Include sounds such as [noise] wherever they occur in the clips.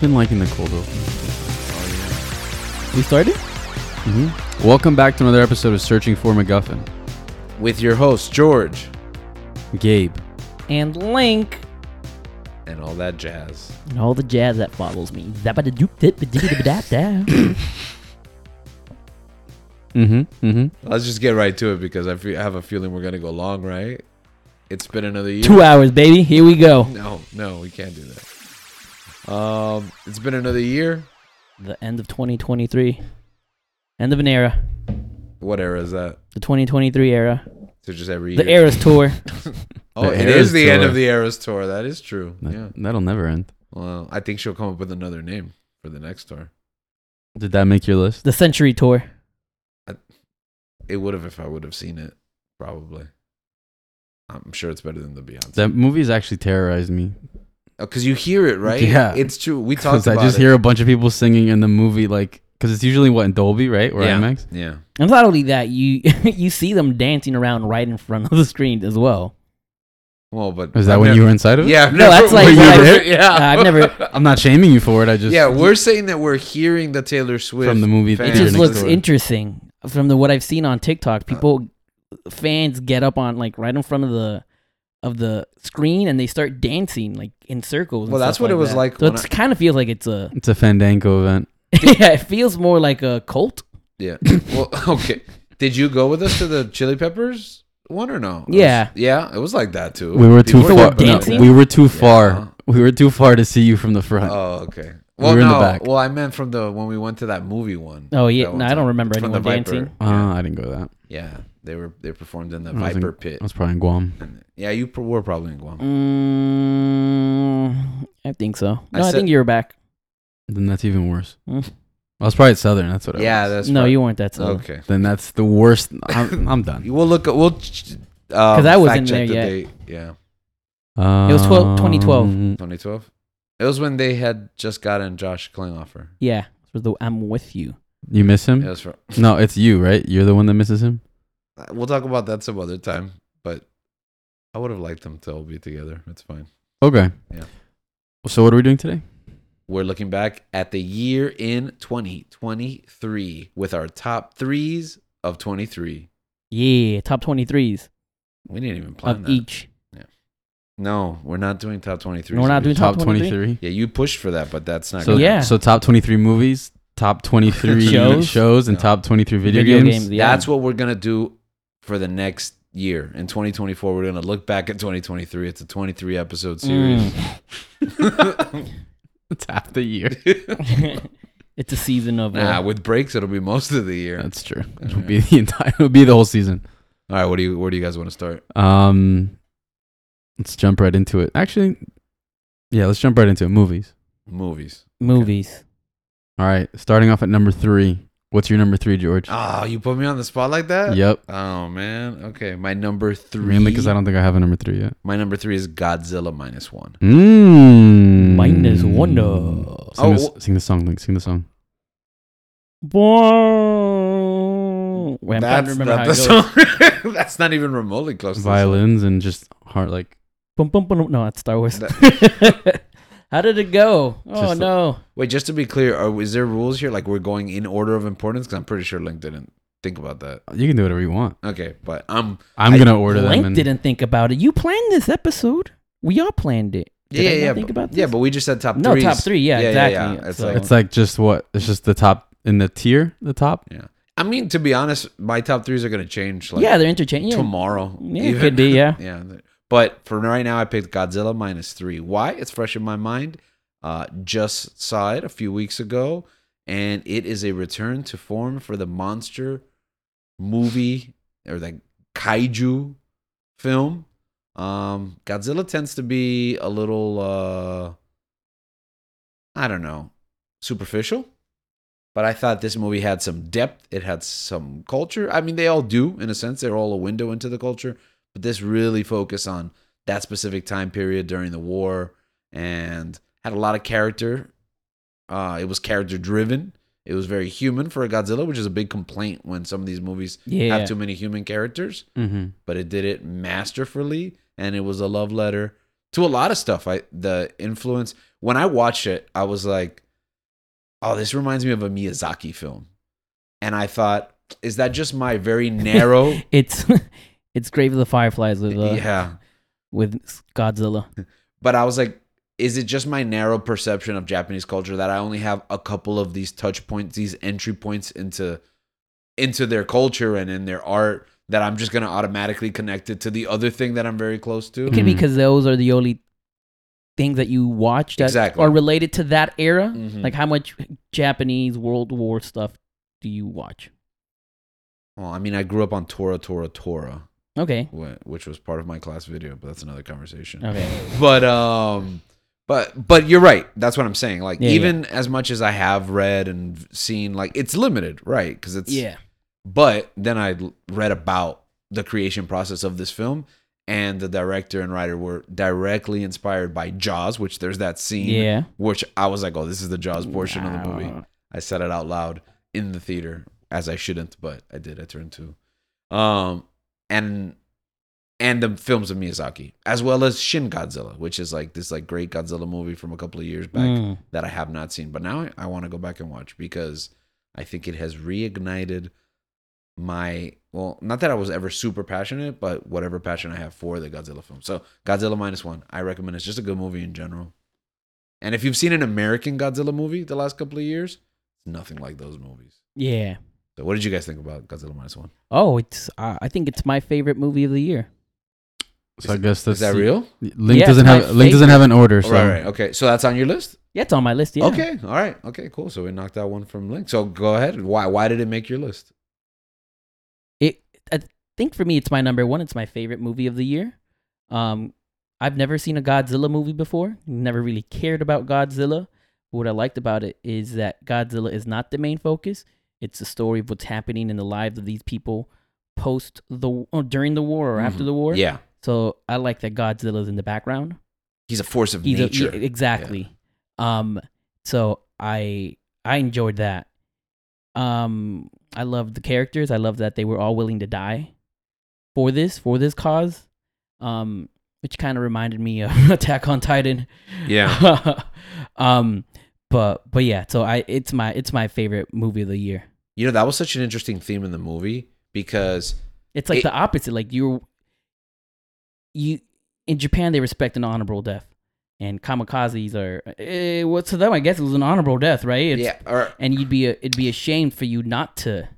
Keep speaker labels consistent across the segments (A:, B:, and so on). A: been liking the cold open.
B: We started
A: Mm-hmm. Welcome back to another episode of Searching for MacGuffin.
C: with your host George
A: Gabe,
B: and Link
C: and all that jazz.
B: and all the jazz that follows [coughs] me. Zappadadoo-dip-a-dee-da-ba-da-da.
A: mm-hmm, mm-hmm.
C: Let's just get right to it because I fe- have a feeling we're gonna go long, right? It's been another year.
B: Two hours, baby. Here we go.
C: No, no, we can't do that. Um, it's been another year.
B: The end of 2023. End of an era.
C: What era is that?
B: The 2023 era.
C: So just every
B: The
C: year.
B: Eras
A: [laughs]
B: tour.
C: Oh,
A: The
C: it
A: Eras
C: is the end
A: tour.
C: of the Eras tour. That is true. Yeah.
A: That'll never end.
C: Well, I think she'll come up with another name for the next tour.
A: Did that make your list?
B: The century tour.
C: It would have if I would have seen it, probably. I'm sure it's better than the Beyonce.
A: That movie has actually terrorized me
C: because you hear it, right?
A: Yeah.
C: it's true.
A: [laughs]
C: We talked
A: because
C: about
A: I just
C: it.
A: hear a bunch of people singing in the movie, like because it's usually what in Dolby, right, or
C: yeah.
A: IMAX.
C: Yeah,
B: And not only that, you [laughs] you see them dancing around right in front of the screen as well.
C: well, but
A: Is that
C: I've
A: when
C: never-
A: you were inside of it?
C: Yeah, I've
B: No, that's like
A: Were you
B: what
A: [laughs]
B: I've-
A: there?
C: Yeah.
B: uh,
C: [laughs]
B: I've never.
A: I'm not shaming you for it. I just
C: yeah, we're saying that we're hearing the Taylor Swift
A: From the movie
C: fan
B: It
A: theater
B: just
A: next
B: looks
A: door.
B: interesting from the what I've seen on TikTok. People, fans get up on like right in front of the of the screen and they start dancing like in circles. and
C: Well, that's
B: stuff
C: what it was
B: that.
C: like
B: So
C: when
B: it kind of feels like it's a [laughs]
A: it's a Fandango event.
B: yeah. It feels more like a cult.
C: Yeah. [laughs] Well, okay. Did you go with us to the Chili Peppers one or no? It was-
B: Yeah.
C: yeah, it was like that too.
A: We were too
C: Before
A: far.
C: the
A: no,
B: dancing?
A: we were too far.
C: Yeah.
A: We were too far to see you from the front.
C: Oh, okay.
A: We
C: Well,
A: were
C: no.
A: in the back.
C: Well, I meant from the when we went to that movie one.
B: Oh yeah,
C: That one
B: no, I
C: time.
B: don't remember
C: From the
B: anyone
C: Viper.
B: dancing.
A: Uh, I didn't go to that.
C: Yeah, they were they performed in the
A: I was in-
C: Viper Pit.
A: I was probably in Guam.
C: And- Yeah, you pr- were probably in Guam.
B: Mm, I think so.
C: I
B: No, I,
C: said-
B: think you were back.
A: Then that's even worse.
B: Mm.
A: I was probably at Southern. That's what. It
C: Yeah,
A: was.
C: that's
B: no,
C: right.
B: you weren't that sober.
C: Okay.
A: Then that's the worst. I'm,
B: [laughs]
A: I'm done.
C: We'll look. We'll because um,
B: I
C: fact
B: wasn't
C: check
B: there
C: the
B: yet.
C: Date. Yeah,
B: was 12 2012.
A: Um,
C: 2012. It was when they had just gotten Josh Klinghoffer.
B: Yeah, so the I'm with you.
A: You miss
B: Hmm?
C: It
A: him?
C: was for
A: No, it's you, right? You're the one that misses him.
C: Uh, We'll talk about that some other time, but I would have liked them to all be together. It's fine.
A: Okay.
C: Yeah.
A: So what are we doing today?
C: We're looking back at the year in 2023 with our top threes of 23.
B: Yeah, top 23s
C: We didn't even plan
B: of
C: that.
B: each.
C: No, we're not doing top 23s.
B: No, we're not doing top, 23.
C: Yeah, you pushed for that, but that's not
A: So
C: gonna
B: Yeah.
C: happen.
A: So top 23 movies, top 23
B: Shows?
A: [laughs] shows, and
C: Yeah.
A: top 23 video, games.
B: yeah.
C: That's what we're going to do for the next year. In 2024, we're going to look back at 2023. It's a 23 episode series.
A: Mm. [laughs] It's half the
B: [laughs]
A: year.
B: it's a season of.
C: [laughs]
B: uh,
C: Nah, with breaks, it'll be most of the year.
A: That's true. It'll be the entire. It'll be the whole season.
C: All right, what do you where do you guys want to start?
A: Um, let's jump right into it. Actually, yeah, let's jump right into it. Movies.
C: Movies.
B: movies.
A: All right. Starting off at number three. What's your number three, George?
C: Ah, you put me on the spot like that?
A: yep.
C: Oh man. Okay. My number three.
A: Mainly because I don't think I have a number three yet.
C: My number three is Godzilla minus one.
A: Mm.
B: Minus one.
A: Sing,
C: Oh,
A: the,
C: wh-
A: sing the song, Link. Sing the song.
B: Boom. Wait, I'm trying to remember how it
C: the
B: goes.
C: song. [laughs] That's not even remotely close. to the
A: Violins and just heart like
B: Bum, bum, bum. No, that's Star Wars. [laughs] how did it go? Oh
A: Just the-
B: no.
C: song. Wait, just to be clear, are, is there rules here? Like we're going in order of importance? Because I'm pretty sure Link didn't think about that.
A: you can do whatever you want.
C: Okay, but um, I'm.
A: I'm
C: I-
A: gonna order them.
B: Link
A: And,
B: didn't think about it. You planned this episode. We all planned it.
C: yeah,
B: Did I
C: yeah,
B: not
C: yeah.
B: think
C: but-
B: about
C: Yeah,
B: this?
C: but we just said top.
B: No,
C: threes.
B: top three. Yeah, exactly.
C: It's
B: So-
C: like,
A: It's like just what? It's just the top in the tier. The top.
C: yeah. I mean, to be honest, my top threes are gonna change. Like,
B: yeah, they're interchangeable.
C: tomorrow.
B: Yeah, it
C: [laughs]
B: could be, yeah.
C: yeah. But for right now, I picked Godzilla minus three. Why? It's fresh in my mind. Uh, just saw it a few weeks ago, and it is a return to form for the monster movie or the kaiju film. Um, Godzilla tends to be a little, uh, I don't know, superficial. But I thought this movie had some depth. It had some culture. I mean, they all do in a sense. They're all a window into the culture. But this really focused on that specific time period during the war and had a lot of character. Uh, it was character driven. It was very human for a Godzilla, which is a big complaint when some of these movies
B: Yeah.
C: have too many human characters
A: Mm-hmm.
C: but it did it masterfully and it was a love letter to a lot of stuff. I the influence when I watched it, I was like, "Oh, this reminds me of a Miyazaki film," and I thought, "Is that just my very narrow?"
B: It's it's Grave of [laughs] the Fireflies with uh,
C: yeah,
B: with Godzilla.
C: but I was like, "Is it just my narrow perception of Japanese culture that I only have a couple of these touch points, these entry points into into their culture and in their art?" That I'm just gonna automatically connect it to the other thing that I'm very close to.
B: It can be
A: Mhm.
B: because those are the only things that you watch that
C: Exactly.
B: are related to that era.
C: Mhm.
B: Like how much Japanese World War stuff do you watch?
C: Well, I mean, I grew up on Tora, Tora, Tora,
B: Okay.
C: wh- which was part of my class video, but that's another conversation.
B: Okay.
C: But um, but but you're right. That's what I'm saying. Like,
B: Yeah,
C: even as much as I have read and seen, like it's limited, right? Because [laughs] it's
B: yeah.
C: But then I l- read about the creation process of this film, and the director and writer were directly inspired by Jaws, which there's that scene,
B: Yeah.
C: which I was like, oh, this is the Jaws portion of the movie.
B: Wow.
C: I said it out loud in the theater as I shouldn't, but I did. I turned to, um, and and the films of Miyazaki as well as Shin Godzilla, which is like this like great Godzilla movie from a couple of years back
B: Mm.
C: that I have not seen, but now I, I want to go back and watch because I think it has reignited my well, not that I was ever super passionate, but whatever passion I have for the Godzilla film. So Godzilla minus one, I recommend. It's just a good movie in general. And if you've seen an American Godzilla movie the last couple of years, it's nothing like those movies.
B: Yeah.
C: So what did you guys think about Godzilla minus one?
B: Oh, it's. Uh, I think it's my favorite movie of the year.
A: So I guess
C: Is
A: that's
C: that
A: the-
C: real?
A: Link
B: Yeah,
A: doesn't
B: it's my
A: have Link doesn't have an order.
C: All
A: So
C: right, right, okay. So that's on your list.
B: Yeah, it's on my list. Yeah.
C: Okay, all right, okay, cool. So we knocked out one from Link. So go ahead. Why? Why did it make your list?
B: It. I think for me, it's my number one. It's my favorite movie of the year. Um, I've never seen a Godzilla movie before. Never really cared about Godzilla. What I liked about it is that Godzilla is not the main focus. It's the story of what's happening in the lives of these people post the or during the war or after
C: Mhm.
B: the war.
C: Yeah,
B: So I like that Godzilla's in the background.
C: he's a force of
B: He's a-
C: nature.
B: yeah, exactly. Um, so I I enjoyed that. Um, I loved the characters. I loved that they were all willing to die for this for this cause. Um, which kind of reminded me of [laughs] Attack on Titan.
C: [laughs] yeah.
B: [laughs] um, but but yeah. So I it's my it's my favorite movie of the year.
C: You know, that was such an interesting theme in the movie because
B: It's like
C: It-
B: the opposite. Like you're you in Japan they respect an honorable death. And kamikazes are eh, what to them I guess it was an honorable death, right? It's,
C: yeah, or,
B: And you'd be a, it'd be ashamed for you not to.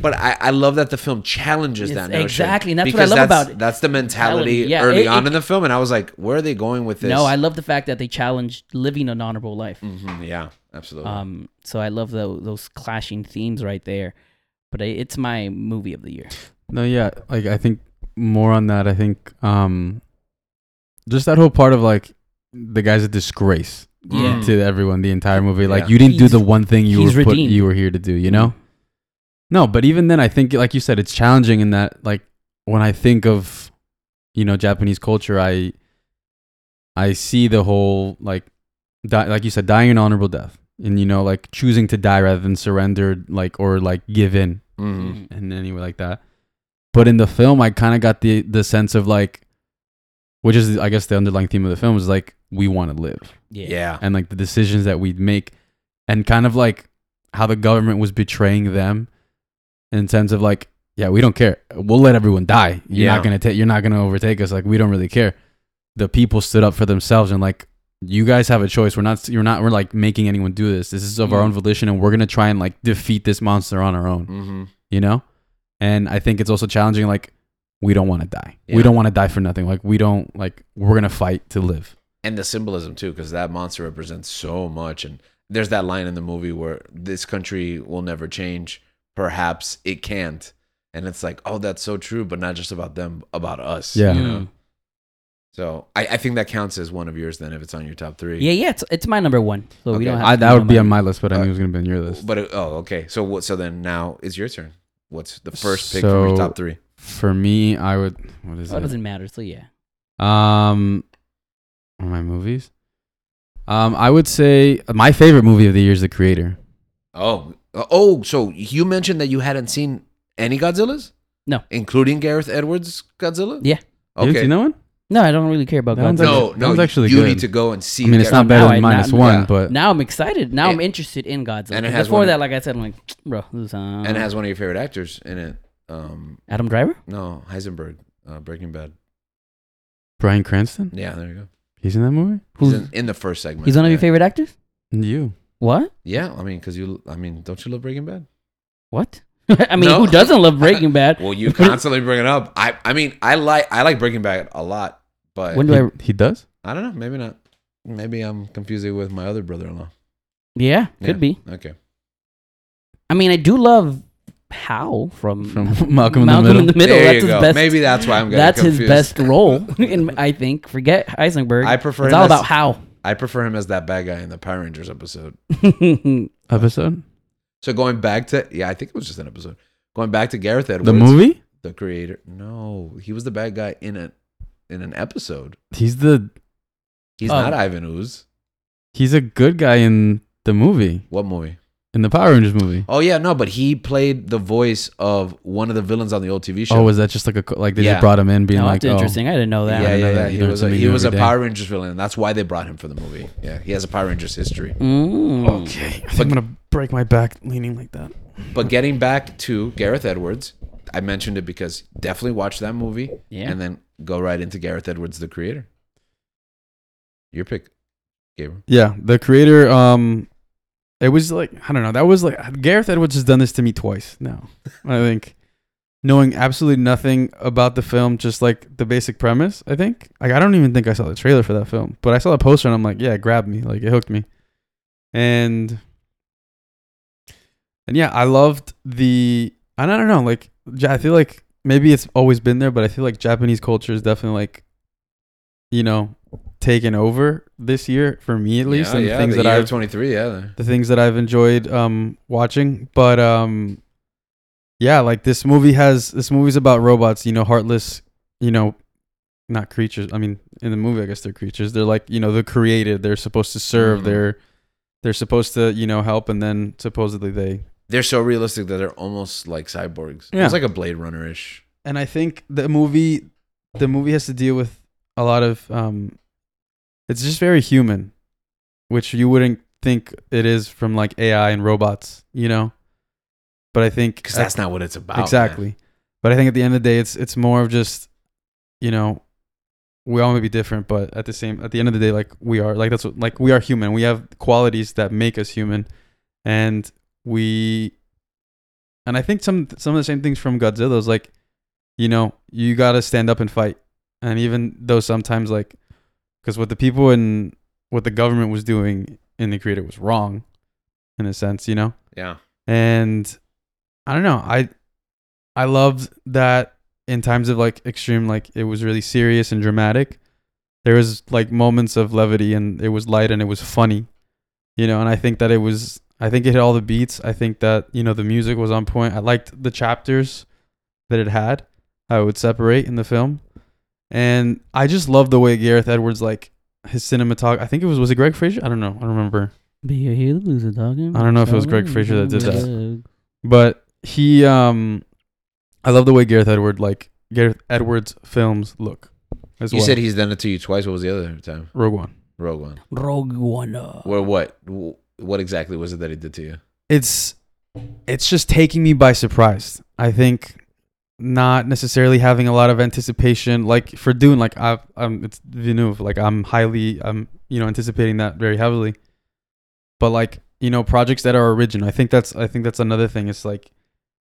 C: but I, I love that the film challenges
B: Yes,
C: that notion
B: exactly, and that's what I
C: because
B: love
C: that's,
B: about it.
C: That's the mentality
B: Mentality, yeah,
C: early
B: it-
C: on
B: it-
C: in the film, and I was like, where are they going with this?
B: No, I love the fact that they challenged living an honorable life.
C: Mhm, yeah, absolutely.
B: Um, so I love tho- those clashing themes right there. But I, it's my movie of the year.
A: No, yeah, like I think more on that. I think um, just that whole part of like the guy's a disgrace
C: Yeah.
A: to everyone. The entire movie, like
C: Yeah.
A: you didn't
B: He's-
A: do the one thing you
B: he's
A: were put,
B: redeemed. Mm-hmm.
A: you were here to do. You know? No, but even then, I think like you said, it's challenging in that like when I think of you know Japanese culture, I I see the whole like di- like you said, dying an honorable death, and you know like choosing to die rather than surrender, like or like give in
B: mm-hmm,
C: Mhm.
A: in any way like that. But in the film, I kind of got the the sense of like, which is I guess the underlying theme of the film is like we want to live
B: Yeah.
C: yeah,
A: and like the decisions that we'd make, and kind of like how the government was betraying them, in sense of like, yeah, we don't care. We'll let everyone die. You're
C: Yeah.
A: not gonna take. You're not gonna overtake us. Like we don't really care. The people stood up for themselves and like. You guys have a choice. We're not. You're not. We're like making anyone do this. This is of our own volition, and we're gonna try and like defeat this monster on our own
C: hmm
A: you know and i think it's also challenging like we don't want to die
C: Yeah.
A: we don't want to die for nothing like we don't like we're gonna fight to live
C: and the symbolism too, because that monster represents so much. And there's that line in the movie where this country will never change. Perhaps it can't. And it's like, oh, that's so true, but not just about them, about us.
A: Yeah.
C: you
B: Mm-hmm.
C: know? So I, I think that counts as one of yours then if it's on your top three.
B: Yeah, yeah, it's it's my number one. So we
C: Okay.
B: don't have
A: I,
B: to
A: that
B: do
A: would be on
B: mine.
A: my list but i
C: Uh,
A: knew it was gonna be on your list
C: But it, oh, okay. So what? So then now it's your turn. What's the first pick from your
A: So-
C: top three?
A: for me i would what is
B: Oh, it
A: it
B: doesn't matter. So yeah.
A: um one of my movies um i would say my favorite movie of the year is the creator
C: Oh, oh. So you mentioned that you hadn't seen any Godzillas.
B: No.
C: including Gareth Edwards Godzilla.
B: Yeah.
A: you haven't
C: Okay.
A: seen that one
B: No, I don't really care about
A: That one's
B: Godzilla.
C: No,
A: like- that
C: no,
A: one's actually
C: you
A: good.
C: need to go and see.
A: I mean, it's not
B: now
A: better
B: I-
A: than minus
C: now-
A: one,
C: yeah.
A: but
B: Now I'm excited. Now I'm
C: It-
B: interested in Godzilla.
C: and it
B: 'Cause
C: has
B: Before
C: one of-
B: that, like I said, I'm like, bro, this is, uh,
C: and it has one of your favorite actors in it. Um,
B: Adam Driver.
C: no, Heisenberg, uh, Breaking Bad.
A: Brian Cranston,
C: Yeah, there you go.
A: he's in that movie.
C: He's
B: Who's
C: in, in the first segment.
B: he's one of
C: yeah.
B: your favorite actors?
A: And you,
B: What?
C: Yeah, I mean, because you, I mean, don't you love Breaking Bad?
B: What? [laughs] I mean,
C: No.
B: who
C: [laughs]
B: doesn't love Breaking Bad?
C: Well, you constantly bring it up. I, I mean, I like, I like Breaking Bad a lot, but
B: When
A: he,
B: do I?
A: he does.
C: I don't know. Maybe not. Maybe I'm confusing it with my other brother-in-law.
B: Yeah,
C: Yeah.
B: could be.
C: Okay.
B: I mean, I do love Hal from [laughs]
A: From Malcolm in the Middle.
C: There
B: That's
C: you
B: his
C: go.
B: best.
C: Maybe that's why I'm getting
B: that's his
C: confused. [laughs]
B: best role. [laughs] in, I think. Forget Heisenberg.
C: I prefer
B: it's
C: him
B: all
C: as-
B: about Hal. [laughs]
C: I prefer him as that bad guy in the Power Rangers episode.
A: Episode,
C: So going back to yeah, I think it was just an episode. Going back to Gareth Edwards,
A: the movie.
C: the creator. No, he was the bad guy in a in an episode.
A: He's the
C: He's
B: Oh.
C: not Ivan Ooze.
A: he's a good guy in the movie
C: What movie?
A: in the Power Rangers movie.
C: Oh yeah, no, but he played the voice of one of the villains on the old TV show.
A: Oh, was that just like a co- like they
C: Yeah.
A: just brought him in, being
B: Oh,
A: like,
B: that's interesting. I didn't know that.
A: I
C: yeah,
A: didn't
C: yeah,
A: know
C: yeah.
A: that. You
C: He
A: learn
C: was a,
A: something
C: he
A: new
C: was a
A: every day.
C: Power Rangers villain. That's why they brought him for the movie. Yeah, he has a Power Rangers history.
B: Mm.
A: "Oh, okay, I think I'm gonna break my back leaning like that."
C: But getting back to Gareth Edwards, I mentioned it because definitely watch that movie
B: Yeah.
C: and then go right into Gareth Edwards, the creator. Your pick, Gabriel.
A: Yeah, the creator. Um, it was like I don't know. That was like Gareth Edwards has done this to me twice now. I think knowing absolutely nothing about the film, just like the basic premise. I think like I don't even think I saw the trailer for that film, but I saw the poster and I'm like, yeah, it grabbed me. Like it hooked me, and and yeah, I loved the. And I don't know, like Ja- I feel like maybe it's always been there, but I feel like Japanese culture is definitely like, you know, taken over this year for me at least,
C: yeah,
A: and
C: yeah,
A: things
C: the
A: that
C: year
A: I've
C: 23, yeah.
A: the things that I've enjoyed um watching. But um yeah, like this movie has this movie's about robots, you know, heartless, you know, not creatures. I mean, in the movie I guess they're creatures. They're like, you know, they're created, they're supposed to serve,
C: Mhm.
A: they're they're supposed to, you know, help and then supposedly they
C: They're so realistic that they're almost like cyborgs.
A: Yeah.
C: It's like a Blade Runner ish.
A: and I think the movie the movie has to deal with a lot of um it's just very human, which you wouldn't think it is from like AI and robots, you know? But I think
C: Because that's not what it's about. man.
A: Uh, exactly. But I think at the end of the day, it's it's more of just, you know, we all may be different, but at the same at the end of the day, like we are like that's what like we are human. We have qualities that make us human, and we, and I think some some of the same things from Godzilla is like, you know, you gotta stand up and fight, and even though sometimes like, because what the people and what the government was doing in the creator was wrong, in a sense, you know
C: Yeah.
A: and i don't know i i loved that in times of like extreme like it was really serious and dramatic there was like moments of levity and it was light and it was funny you know and i think that it was i think it hit all the beats i think that you know the music was on point i liked the chapters that it had how it would separate in the film and i just love the way gareth edwards like his cinematography i think it was was it greg Fraser? i don't know i don't remember
B: But you hear the blues are talking.
A: I don't know if it was Greg Fraser that did that. but he um i love the way gareth edward like gareth edwards films look as
C: You
A: well
C: said he's done it to you twice. What was the other time?
A: rogue one
C: Rogue One.
B: Rogue One. uh,
C: Where what? Wh- What exactly was it that he did to you?
A: it's it's just taking me by surprise i think not necessarily having a lot of anticipation like for Dune like I um it's Villeneuve like I'm highly I'm you know anticipating that very heavily but like you know projects that are original I think that's I think that's another thing it's like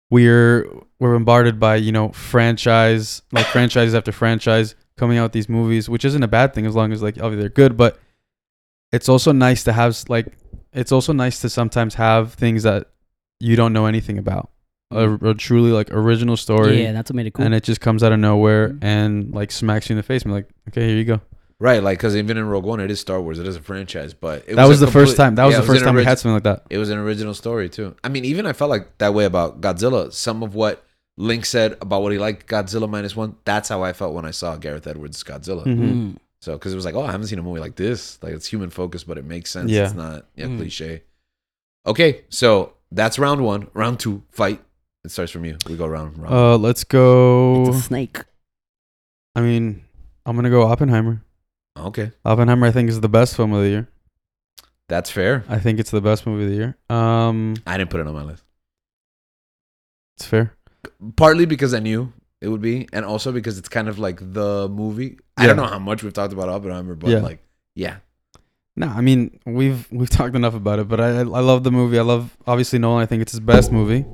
A: we're we're bombarded by you know franchise like franchise after franchise coming out with these movies which isn't a bad thing as long as like obviously they're good but it's also nice to have like it's also nice to sometimes have things that you don't know anything about a, a truly like original story
B: Mm. Yeah, that's what made it cool.
A: and it just comes out of nowhere
B: Mhm.
A: and like smacks you in the face. I'm like, okay, here you go.
C: Right, like because even in Rogue One, it is Star Wars. It is a franchise, but it
A: that was,
C: a
A: the first
C: complete-
A: time. That was
C: yeah,
A: the
C: it
A: first
C: an
A: time we
C: orig-
A: had something like that.
C: It was an original story too. I mean, even I felt like that way about Godzilla. Some of what Link said about what he liked Godzilla minus one. That's how I felt when I saw Gareth Edwards Godzilla.
A: Mhm.
B: Mm.
C: So because it was like, oh, I haven't seen a movie like this. Like it's human focused, but it makes sense.
A: Yeah.
C: It's not yeah,
B: Mm.
C: cliche. Okay, so that's round one. Round two, fight. It starts from you. We go round round.
A: Uh, let's
B: It's a
A: go.
B: snake.
A: I mean, I'm gonna go Oppenheimer.
C: Okay,
A: Oppenheimer, I think, is the best film of the year.
C: that's fair.
A: I think it's the best movie of the year. Um,
C: I didn't put it on my list
A: it's fair.
C: partly because I knew it would be, and also because it's kind of like the movie. I don't
A: Yeah.
C: know how much we've talked about Oppenheimer, but
A: Yeah.
C: like, yeah,
A: No, I mean we've we've [laughs] talked enough about it, but I I love the movie. I love obviously Nolan. I think it's his best movie.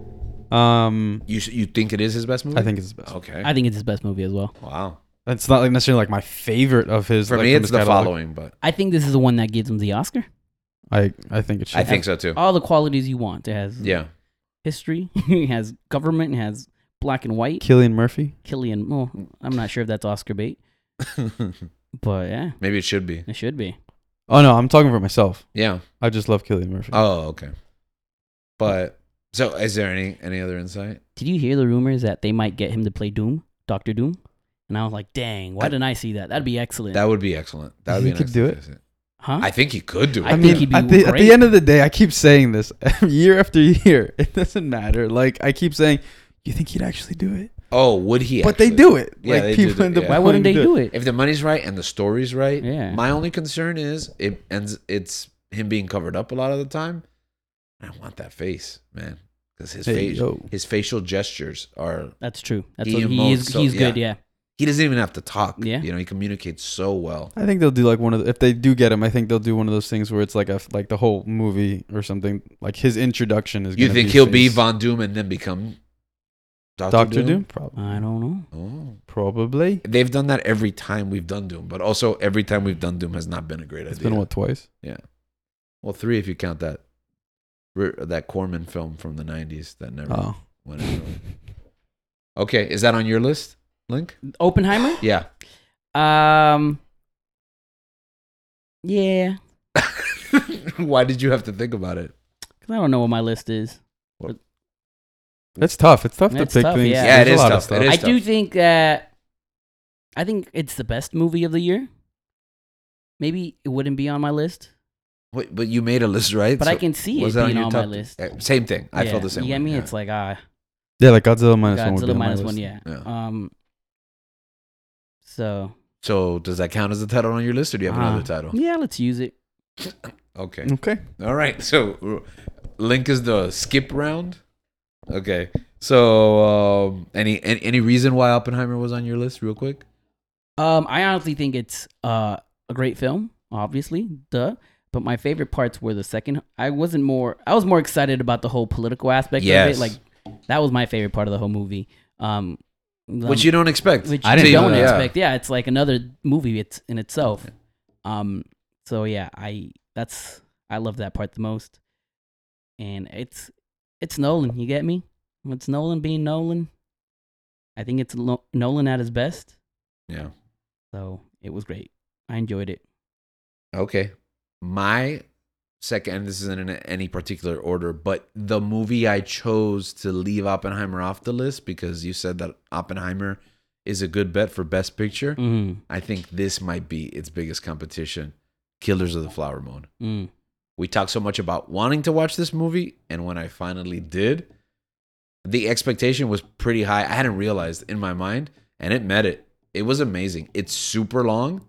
A: Um,
C: you s- you think it is his best movie?
A: I think it's his best.
C: Okay.
B: I think it's his best movie as well.
C: wow.
A: It's not like necessarily like my favorite of his.
C: For
A: like,
C: me,
A: from
C: it's
A: his
C: the
A: catalog.
C: following, but
B: I think this is the one that gives him the Oscar.
A: I I think it should.
C: I think so too.
B: All the qualities you want. It has
A: [laughs]
C: Yeah.
B: history. [laughs] it has government. It has black and white.
A: Killian Murphy.
B: Killian. Well, I'm not sure if that's Oscar bait, but yeah,
C: Maybe it should be.
B: it should be.
A: Oh no, I'm talking for myself.
C: Yeah.
A: I just love Killian Murphy.
C: Oh, okay. But so, is there any any other insight?
B: Did you hear the rumors that they might get him to play Doom, Doctor Doom? And I was like, dang, why
C: I-
B: didn't I see that? That'd be excellent.
C: That would be excellent. That would
A: You
C: be an
A: could do
C: excellent insight.
B: huh?
C: I think he could do it.
B: I
A: I
B: think
A: mean,
B: he'd be
A: at the, at
B: great.
A: the end of the day, I keep saying this [laughs] year after year. [laughs] It doesn't matter. Like I keep saying, you think he'd actually do it?
C: oh, would he?
A: but they
C: actually?
A: do it.
C: Yeah,
A: like
C: they do
A: people
C: do it,
A: [laughs] end up.
C: yeah.
B: why wouldn't they
A: wanting to
B: do it?
C: If the money's right and the story's right,
B: Yeah.
C: My only concern is it ends. It's him being covered up a lot of the time. I want that face, man, because his
A: Hey,
C: face,
A: yo.
C: his facial gestures are.
B: That's true. That's
C: He
B: what he
C: emotes
B: is.
C: so-
B: he's
C: yeah.
B: good. Yeah.
C: He doesn't even have to talk.
B: Yeah.
C: you know, he communicates so well.
A: I think they'll do like one of the, if they do get him. I think they'll do one of those things where it's like a like the whole movie or something. Like his introduction is.
C: You
A: gonna
C: think he'll be
A: face-
C: Von Doom and then become
A: Doctor Doom? Probably.
B: I don't know.
C: Oh.
A: Probably.
C: They've done that every time we've done Doom, but also every time we've done Doom has not been a great
A: It's
C: idea.
A: been what twice.
C: Well, three if you count that that Corman film from the '90s that never
A: Oh,
C: went anywhere. Okay, is that on your list, Link?
B: Oppenheimer?
C: Yeah. [laughs]
B: Um. Yeah,
C: Why did you have to think about it?
B: because I don't know what my list is.
A: [laughs] that's tough. It's tough
B: That's
A: to pick
B: tough,
A: things.
B: yeah. Yeah,
C: it
A: There's a
C: is
A: lot
C: tough.
A: of
C: It is
B: I do
C: tough.
B: think that I think it's the best movie of the year. Maybe it wouldn't be on my list,
C: Wait, but you made a list, right?
B: but I
C: So
B: can see it
C: was
B: being
C: your
B: on, my
C: top-
B: list.
C: eh, Same thing. I felt the same.
B: You get
C: way,
B: me?
C: yeah.
B: It's like ah,
A: Yeah, like Godzilla minus one. would be
B: Godzilla
A: on my
B: minus
A: list.
B: one. Yeah.
C: Yeah.
B: Um. So
C: so. Does that count as a title on your list, or do you have
B: Ah.
C: another title?
B: yeah, let's use it.
C: Okay.
A: Okay.
C: All right. So uh, Link is the skip round. Okay. So um, any, any any reason why Oppenheimer was on your list, real quick?
B: Um, I honestly think it's uh a great film. Obviously, duh. But my favorite parts were the second. I wasn't more. I was more excited about the whole political aspect
C: Yes.
B: of it. Like that was my favorite part of the whole movie. Um,
C: which you don't expect.
B: which
A: I
B: you
A: didn't know
B: don't
A: that.
B: expect. Yeah, it's like another movie. It's in itself. Um, so yeah, I that's I love that part the most. And it's it's Nolan. You get me? It's Nolan being Nolan. I think it's Lo- Nolan at his best.
C: Yeah.
B: So it was great. I enjoyed it.
C: Okay. My second, and this isn't in any particular order, but the movie I chose to leave Oppenheimer off the list because you said that Oppenheimer is a good bet for Best Picture.
B: Mm,
C: I think this might be its biggest competition Killers of the Flower Moon.
B: mm.
C: We talked so much about wanting to watch this movie, and when I finally did, the expectation was pretty high. I hadn't realized in my mind, and it met it. It was amazing. It's super long,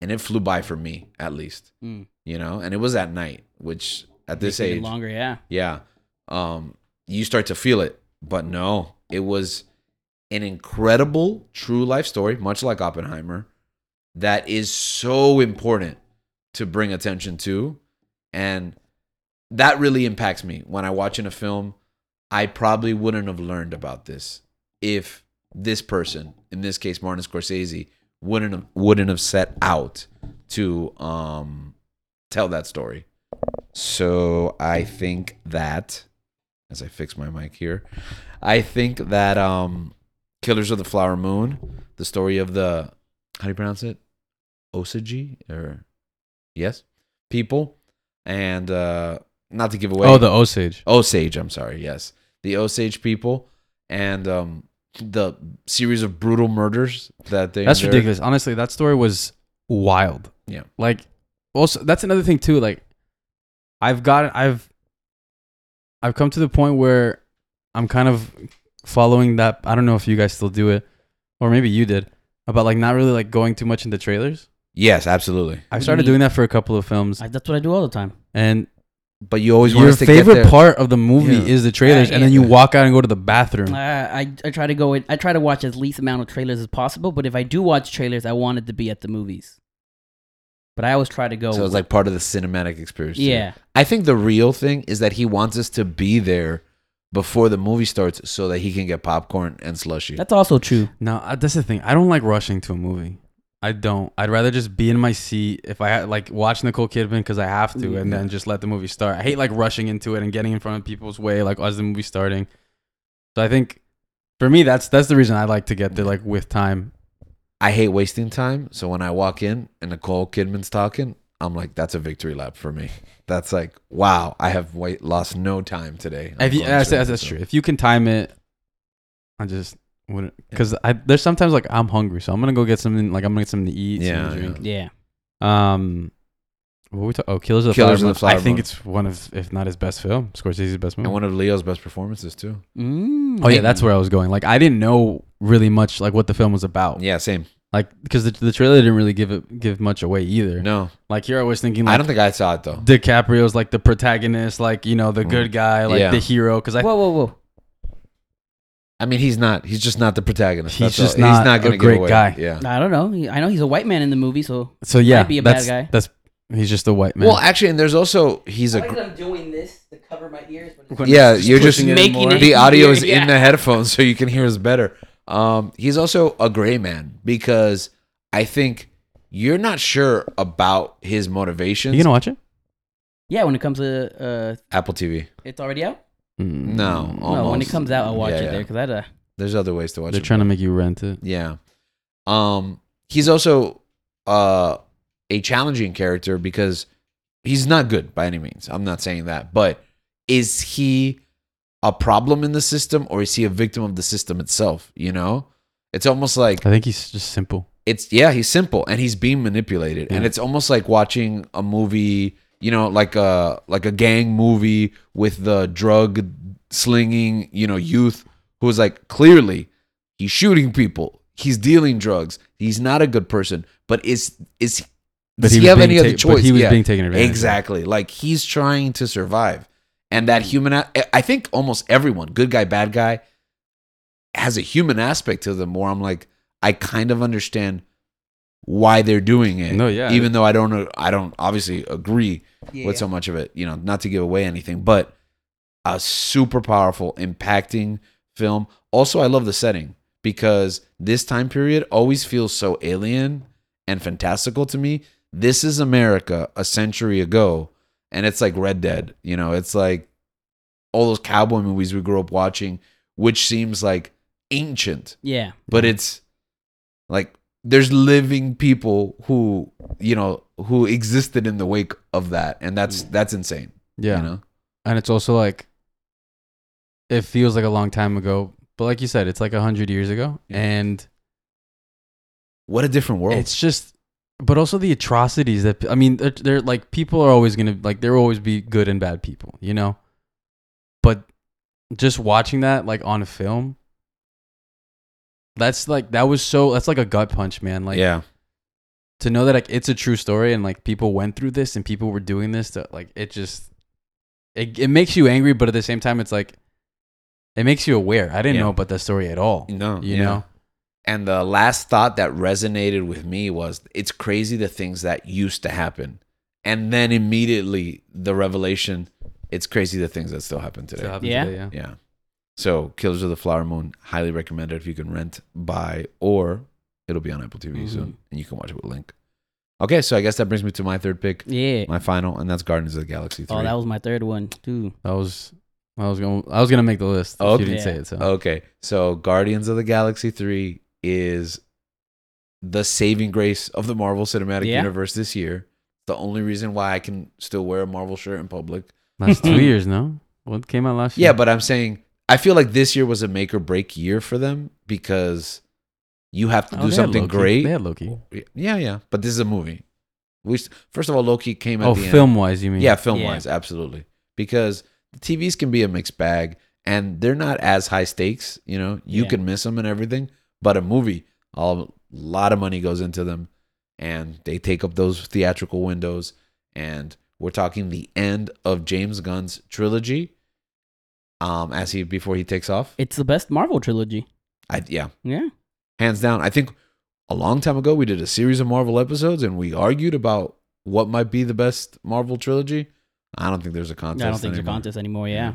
C: and it flew by for me, at least
B: Mm.
C: you know and it was at night which at this
B: Makes it
C: age
B: longer, yeah.
C: yeah um you start to feel it but no it was an incredible true life story much like oppenheimer that is so important to bring attention to and that really impacts me when i watch in a film i probably wouldn't have learned about this if this person in this case martin scorsese wouldn't have, wouldn't have set out to um tell that story so I think that as I fix my mic here, I think that um Killers of the Flower Moon, the story of the how do you pronounce it? Osage or yes, people and uh not to give away
A: Oh, the Osage.
C: Osage, I'm sorry, yes. The Osage people and um the series of brutal murders that they
A: That's
C: endured.
A: ridiculous. Honestly, that story was wild.
C: Yeah.
A: Like also that's another thing too. Like I've got I've I've come to the point where I'm kind of following that I don't know if you guys still do it, or maybe you did. about like not really like going too much into trailers.
C: Yes, absolutely.
A: I
B: do you
A: started
B: mean?
A: doing that for a couple of films,
B: I, that's what I do all the time.
A: and
C: But you always want
A: your
C: us to get
A: favorite
C: there.
A: part of the movie
C: Yeah.
A: is the trailers,
B: I
A: and then
B: hate
A: you
C: it.
A: walk out and go to the bathroom.
B: I, I I try to go in. I try to watch as least amount of trailers as possible. But if I do watch trailers, I want it to be at the movies. But I always try to go.
C: So it's like part of the cinematic experience. too.
B: yeah,
C: I think the real thing is that he wants us to be there before the movie starts so that he can get popcorn and slushy.
B: that's also true.
A: No, I- uh, that's the thing. I don't like rushing to a movie. I don't. I'd rather just be in my seat if I had, like watch Nicole Kidman because I have to, and
C: Yeah.
A: then just let the movie start. I hate like rushing into it and getting in front of people's way like as the movie's starting. So I think for me, that's that's the reason I like to get there like with time.
C: I hate wasting time. So when I walk in and Nicole Kidman's talking, I'm like, that's a victory lap for me. That's like, wow, I have wait, lost no time today. I'm
A: If you,
C: going
A: that's,
C: straight
A: that's,
C: to
A: that's
C: the-
A: true. If you can time it, I just wouldn't because I there's sometimes like I'm hungry, so I'm gonna go get something like I'm gonna get something to eat,
C: Yeah,
A: yeah,
C: yeah.
A: something to drink.
B: Yeah,
A: Um, what were we talking? Oh, Killers of the
C: Killers
A: Flower
C: of the
A: Moon. I
C: Flower
A: think
C: Moon.
A: it's one of, if not his best film, Scorsese's best movie.
C: And one of Leo's best performances, too.
B: mm,
A: Oh yeah, that's where I was going. Like I didn't know really much like what the film was about.
C: Yeah, same.
A: Like because the, the trailer didn't really give it give much away either.
C: No,
A: Like here I was thinking
C: I
A: like
C: don't think I saw it, though.
A: DiCaprio's like the protagonist, like you know the good guy, like
C: Yeah.
A: the hero. Because I
B: Whoa, whoa, whoa!
C: I mean, he's not. He's just not the protagonist.
A: He's
C: That's all.
A: just not a
C: gonna give
A: great
C: away.
A: guy.
C: Yeah.
B: I don't know. He- I know he's a white man in the movie, so
A: so yeah,
B: might be a bad
A: that's
B: guy.
A: that's he's just a white man.
C: Well, actually, and there's also he's a. gr-
B: I'm doing this to cover my ears.
A: When
C: Yeah,
A: he's
C: you're just
A: pushing it in
B: making
A: more.
B: it-
C: the audio is
B: Yeah.
C: in the headphones so you can hear us better. Um, he's also a gray man because I think you're not sure about his motivations.
A: You gonna watch it?
B: Yeah, when it comes to uh,
C: Apple TV.
B: it's already out.
A: Mm.
C: No,
B: No, when it
C: almost.
B: comes out, I'll watch
C: Yeah,
B: it
C: yeah.
B: there because I. Uh,
C: There's other ways to watch
A: they're
C: it.
A: trying to make you rent it.
C: Yeah. Um, he's also uh a challenging character because he's not good by any means. I'm not saying that, but is he a problem in the system or is he a victim of the system itself? You know, it's almost like
A: I think he's just simple.
C: it's yeah he's simple and he's being manipulated and
A: Yeah.
C: it's almost like watching a movie you know like a like a gang movie with the drug slinging you know youth who's like clearly he's shooting people he's dealing drugs he's not a good person but is is does he,
A: was
C: have
A: being
C: any other
A: ta-
C: choice
A: But he was
C: Yeah.
A: being taken advantage. of.
C: Exactly. Like he's trying to survive. And that human, a- I think almost everyone, good guy, bad guy, has a human aspect to them where I'm like, I kind of understand why they're doing it.
A: No, yeah.
C: Even though I don't, know- I don't obviously agree
B: yeah.
C: with so much of it, you know, not to give away anything, but a super powerful, impacting film. Also, I love the setting because this time period always feels so alien and fantastical to me. This is America a century ago, and it's like Red Dead, you know, it's like all those cowboy movies we grew up watching, which seems like ancient
B: Yeah.
C: but it's like there's living people who you know who existed in the wake of that and that's that's insane
A: Mm. Yeah.
C: you know
A: and it's also like it feels like a long time ago but like you said it's like a 100 years ago
C: Yeah.
A: and
C: what a different world
A: it's just but also the atrocities that i mean they're, they're like people are always gonna like there will always be good and bad people you know but just watching that like on film that's like that was so that's like a gut punch man like
C: yeah
A: to know that like it's a true story and like people went through this and people were doing this to like it just it, it makes you angry but at the same time it's like it makes you aware i didn't
C: Yeah.
A: know about that story at all
C: no
A: you
C: yeah.
A: know
C: and the last thought that resonated with me was it's crazy the things that used to happen and then immediately the revelation it's crazy the things that still happen today
A: So it happened
B: Yeah.
A: today, yeah
C: Yeah. So, Killers of the Flower Moon, highly recommended if you can rent, buy, or it'll be on Apple TV
B: Mm-hmm.
C: soon, and you can watch it with Link. Okay, so I guess that brings me to my third pick,
B: Yeah.
C: my final, and that's Guardians of the Galaxy 3.
B: Oh, that was my third one too.
A: that was i was going i was gonna make the list if
C: Okay. Oh.
A: you didn't say
B: Yeah.
A: it so
C: okay, so Guardians of the Galaxy 3 is the saving grace of the Marvel Cinematic
B: Yeah.
C: Universe this year. The only reason why I can still wear a Marvel shirt in public. [laughs]
A: last two years no what came out last year
C: Yeah, but I'm saying I feel like this year was a make or break year for them because you have to
A: Oh,
C: do
A: they had
C: something
A: Loki.
C: great.
A: they had loki
C: Yeah, yeah. But this is a movie. We first of all, Loki came at
A: oh
C: the end.
A: film wise you mean
C: Yeah, film
B: Yeah.
C: wise, absolutely. Because the TVs can be a mixed bag, and they're not as high stakes. You know, you
B: Yeah.
C: can miss them and everything. But a movie, I'll A lot of money goes into them, and they take up those theatrical windows. And we're talking the end of James Gunn's trilogy. Um, as he before he takes off,
B: It's the best Marvel trilogy.
C: I, yeah,
B: Yeah.
C: hands down. I think a long time ago we did a series of Marvel episodes and we argued about what might be the best Marvel trilogy. I don't think there's a contest.
B: I don't think it's a
C: anymore.
B: contest anymore. Yeah.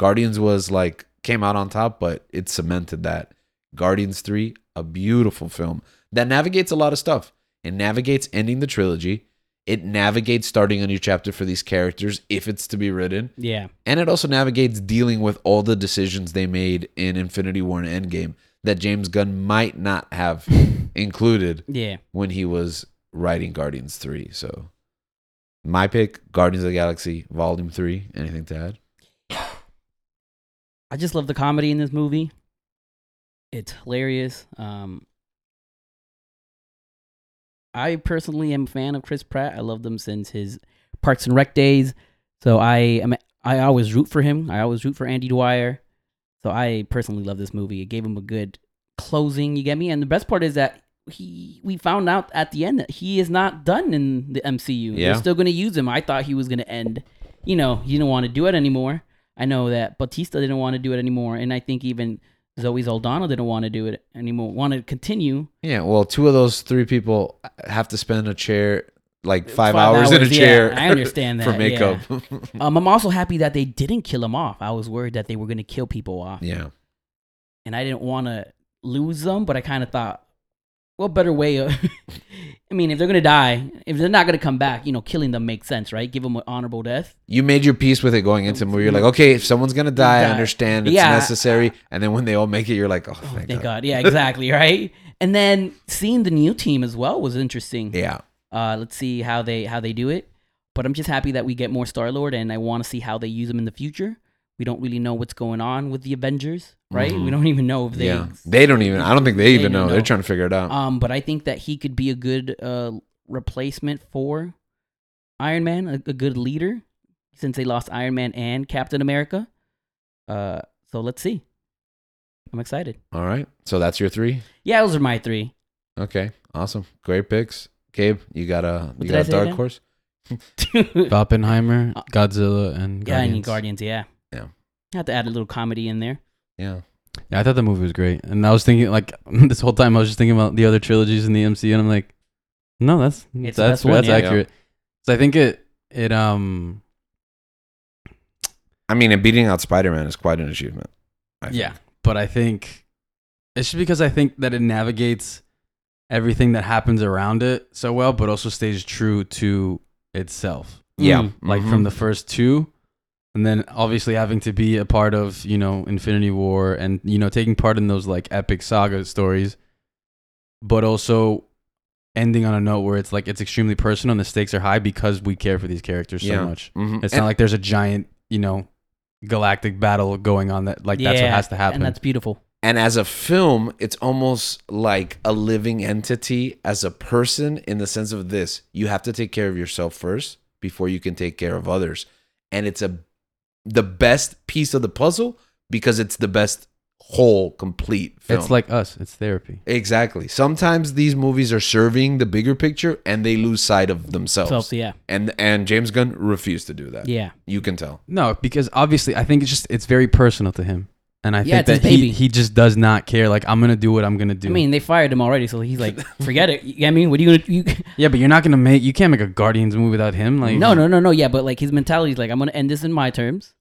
C: Guardians was like came out on top, but it cemented that. Guardians 3, a beautiful film that navigates a lot of stuff. It navigates ending the trilogy. It navigates starting a new chapter for these characters if it's to be written.
B: Yeah.
C: And it also navigates dealing with all the decisions they made in Infinity War and Endgame that James Gunn might not
B: [laughs]
C: have included
B: Yeah.
C: when he was writing Guardians 3. So my pick, Guardians of the Galaxy Volume 3. Anything to add?
B: I just love the comedy in this movie. It's hilarious. Um, I personally am a fan of Chris Pratt. I loved him since his Parks and Rec days. So I am. I always root for him. I always root for Andy Dwyer. So I personally love this movie. It gave him a good closing. You get me. And the best part is that he we found out at the end that he is not done in the MCU.
C: Yeah.
B: They're still going to use him. I thought he was going to end. You know, he didn't want to do it anymore. I know that Batista didn't want to do it anymore, and I think even Zoe Saldana didn't want to do it anymore. Want to continue
C: Yeah, well, two of those three people have to spend a chair like five,
B: Five
C: hours, in a
B: hours, yeah,
C: chair.
B: I
C: [laughs]
B: understand
C: for
B: that,
C: makeup.
B: [laughs] Um, I'm also happy that they didn't kill him off. I was worried that they were going to kill people off,
C: yeah,
B: and I didn't want to lose them. But I kind of thought, what better way? Of [laughs] I mean, if they're going to die, if they're not going to come back, you know, killing them makes sense, right? Give them an honorable death.
C: you made your peace with it going into where you're like, okay, if someone's gonna die, I understand it's
B: Yeah.
C: necessary. And then when they all make it, you're like, oh, thank,
B: Thank
C: God. [laughs]
B: God. Yeah, exactly. right. And then seeing the new team as well was interesting.
C: Yeah,
B: Uh, let's see how they how they do it. But I'm just happy that we get more Star Lord, and I want to see how they use him in the future. We don't really know what's going on with the Avengers, right?
C: Mhm.
B: We don't even know if they.
C: yeah. They don't even. I don't think they
B: They
C: even
B: don't
C: know. They're
B: know.
C: trying to figure it
A: Oh.
C: out.
B: Um, but I think that he could be a good uh replacement for Iron Man, a, a good leader, since they lost Iron Man and Captain America. Uh, so let's see. I'm excited.
C: all right, so that's your three.
B: Yeah, those are my three. [laughs]
C: Okay, awesome, great picks, Gabe. You got a you
B: did I
C: got a
B: say
C: dark
B: again?
C: horse.
B: yeah,
A: Oppenheimer, Godzilla, and Guardians.
B: I need Guardians. Yeah.
C: Yeah.
B: Have to add a little comedy in there.
C: Yeah,
A: Yeah, I thought the movie was great, and I was thinking like [laughs] this whole time I was just thinking about the other trilogies in the MCU, and I'm like, no, that's
B: It's the
A: that's
B: best one,
A: that's
B: yeah.
A: accurate. So I think it it um
C: I mean, and beating out Spider Man is quite an achievement. I think.
A: yeah, but I think it's just because I think that it navigates everything that happens around it so well, but also stays true to itself.
C: yeah,
B: Mm,
A: like
C: mhm.
A: from the first two and then obviously having to be a part of you know infinity war and you know taking part in those like epic saga stories but also ending on a note where it's like it's extremely personal and the stakes are high because we care for these characters so
C: Yeah.
A: much
C: Mhm.
A: it's
C: And-
A: not like there's a giant you know galactic battle going on that like that's what
B: Yeah,
A: has to happen
B: And that's beautiful.
C: And as a film, it's almost like a living entity as a person in the sense of this you have to take care of yourself first before you can take care of others. And it's a the best piece of the puzzle because it's the best whole complete film.
A: it's like us it's therapy
C: Exactly. Sometimes these movies are serving the bigger picture and they lose sight of themselves.
B: So, so yeah,
C: And and James Gunn refused to do that.
B: yeah.
C: You can
B: [laughs]
C: tell.
A: No, because obviously I think it's just it's very personal to him. And I
B: Yeah,
A: think
B: it's his
A: that he,
B: baby.
A: he just does not care. Like I'm gonna do what I'm gonna do.
B: I mean, they fired him already, so he's
A: [laughs]
B: like, forget it. You- I mean, what are you gonna? You,
A: yeah, but you're not gonna make you can't make a Guardians movie without him. [laughs] Like
B: no, no, no, no. Yeah, but like his mentality is like, I'm gonna end this in my terms,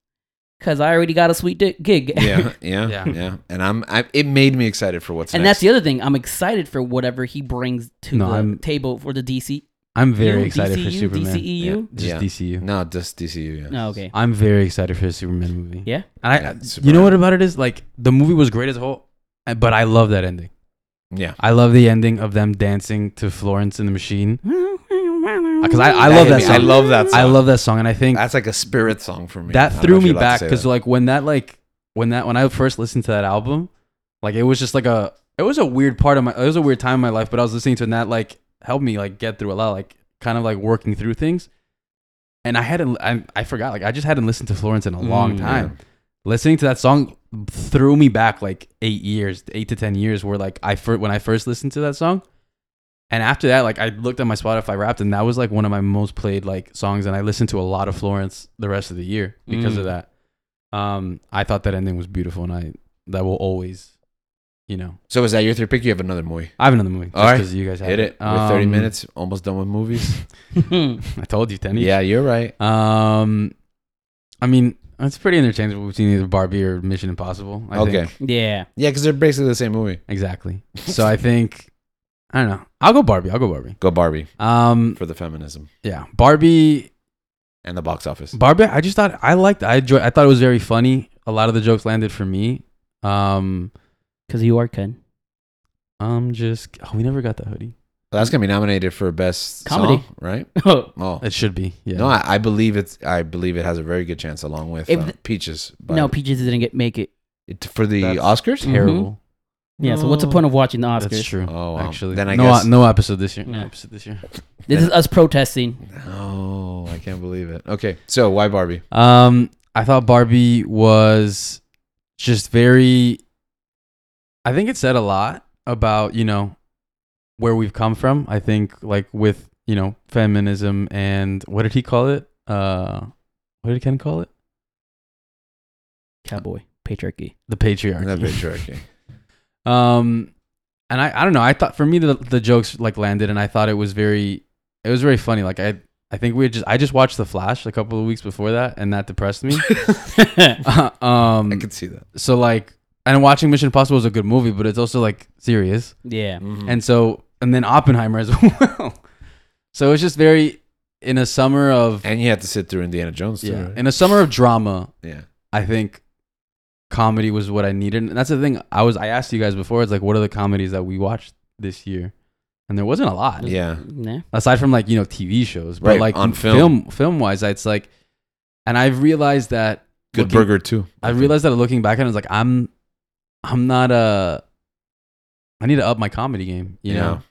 B: cause I already got a sweet dick gig. [laughs]
C: Yeah, yeah, yeah.
A: Yeah.
C: And I'm I, it made me excited for what's
B: and
C: next.
B: that's the other thing. I'm excited for whatever he brings to
A: No,
B: the
A: I'm-
B: table for the DC.
A: I'm very
B: you,
A: excited for
B: DCU,
A: Superman.
B: DCEU?
A: Just
C: Yeah.
A: DCU.
B: Mm.
C: No, just DCU. Yeah.
B: E Oh, okay.
A: I'm very excited for the Superman movie.
B: Yeah.
A: And I,
C: Yeah,
A: you
C: Superman.
A: know what about it is like the movie was great as a whole, uh, but I love that ending.
C: Yeah.
A: I love the ending of them dancing to Florence and the Machine. Because Uh, I, I
C: That
A: love
C: hit
A: that
C: me.
A: song.
C: I love that
A: I
C: song.
A: love that song, and I think
C: That's like a spirit song for me. I
A: that
C: don't know
A: threw
C: if
A: me
C: you're allowed to
A: back
C: say
A: because
C: that.
A: like when that like when that when I first listened to that album, like it was just like a it was a weird part of my it was a weird time in my life, but I was listening to it and that like helped me like get through a lot, like kind of like working through things. And I hadn't I, I forgot like I just hadn't listened to Florence in a long
B: Mm.
A: time. Listening to that song threw me back like eight years, eight to ten years, where like I first when I first listened to that song, and after that, like I looked at my Spotify Wrapped, and that was like one of my most played like songs, and I listened to a lot of Florence the rest of the year because
B: Mm.
A: of that. Um, I thought that ending was beautiful, and I that will always, you know,
C: So is that your three pick? You have another movie.
A: I have another movie.
C: All right.
A: because you guys have
C: Hit it. We're 30
A: Um,
C: minutes. Almost done with movies.
A: [laughs]
B: Hmm.
A: I told you, ten. each.
C: yeah, you're right.
A: Um, I mean, it's pretty interchangeable between either Barbie or Mission Impossible. I
C: okay.
A: think.
B: yeah.
C: Yeah, because they're basically the same movie.
A: exactly. So I think I don't know. I'll go Barbie. I'll go Barbie.
C: Go Barbie
A: Um,
C: for the feminism
A: yeah, Barbie.
C: and the box office.
A: Barbie. I just thought I liked. I enjoyed. I thought it was very funny. A lot of the jokes landed for me. Um,
B: Because you are Ken.
A: I'm just. Oh, we never got that hoodie.
C: That's gonna be nominated for best
B: Comedy.
C: song, right?
B: oh,
C: Oh.
A: It should be. Yeah.
C: No, I, I believe it's. I believe it has a very good chance, along with
B: If
C: uh,
B: th-
C: Peaches. by-
B: no, Peaches didn't get make it.
C: it, for the
A: That's-
C: Oscars.
A: terrible.
B: Yeah, so what's the
A: No.
B: point of watching the Oscars?
A: That's true.
C: Mm-hmm. Oh, wow.
A: Actually,
C: Then I
A: no,
C: guess-
A: no episode this year. No
B: Yeah.
A: episode this year.
B: This is us protesting.
C: Oh, I can't believe it. Okay, so why Barbie?
A: Um, I thought Barbie was just very. I think it said a lot about you know where we've come from. I think like with you know feminism and what did he call it? Uh, what did Ken call it?
B: Cowboy.
A: [laughs]
B: Patriarchy. [laughs]
A: The patriarchy.
C: That patriarchy.
A: [laughs] Um, and I, I don't know. I thought for me the the jokes like landed, and I thought it was very it was very funny. Like I I think we had just I just watched The Flash a couple of weeks before that, and that depressed me. [laughs] um,
C: I could see that.
A: so like and watching Mission Impossible is a good movie, but it's also like serious.
B: yeah.
C: Mm.
A: And so and then Oppenheimer as [laughs] well. so it's just very in a summer of
C: and you had to sit through Indiana Jones. Too,
A: yeah,
C: right?
A: in a summer of drama,
C: yeah.
A: I think comedy was what I needed. And that's the thing I was I asked you guys before, it's like what are the comedies that we watched this year? And there wasn't a lot.
C: Yeah.
B: Nah.
A: Aside from like, you know, TV shows. But
C: Right,
A: like
C: on
A: film
C: film.
A: film wise, it's like and I've realized that
C: Good
A: looking-
C: Burger too.
A: I realized that looking back on it, I was like, I'm, I'm not a. I need to up my comedy game. You
C: yeah.
A: know,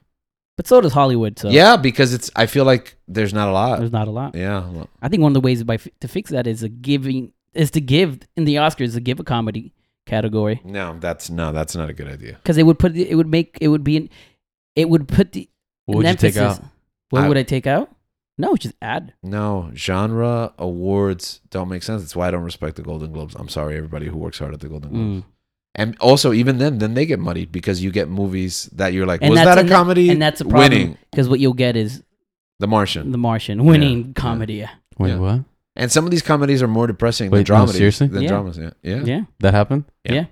B: But so does Hollywood. So
C: yeah, because it's. I feel like there's not a lot.
B: there's not a lot.
C: Yeah. well,
B: I think one of the ways by f- to fix that is a giving is to give in the Oscars to give a comedy category
C: No, that's no, that's not a good idea.
B: because it would put it would make it would be an, it would put the
A: what would
B: an
A: you take out?
B: emphasis- What
C: I-
B: would I take out? No, just add.
C: No, genre awards don't make sense. That's why I don't respect the Golden Globes. I'm sorry, everybody who works hard at the Golden
B: Mm.
C: Globes. And also, even then, then they get muddied because you get movies that you're like,
B: And
C: was
B: that's-
C: that a
B: and that-
C: comedy?
B: And that's a problem
C: Winning,
B: because what you'll get is
C: The Martian.
B: The Martian winning
C: yeah.
B: comedy. Yeah.
A: Wait,
C: Yeah.
A: what?
C: And some of these comedies are more depressing
A: Wait,
C: than
A: no,
C: dramas.
A: seriously?
C: Than
B: Yeah.
C: dramas, yeah. Yeah.
A: That happened?
C: Yeah.
B: Yeah.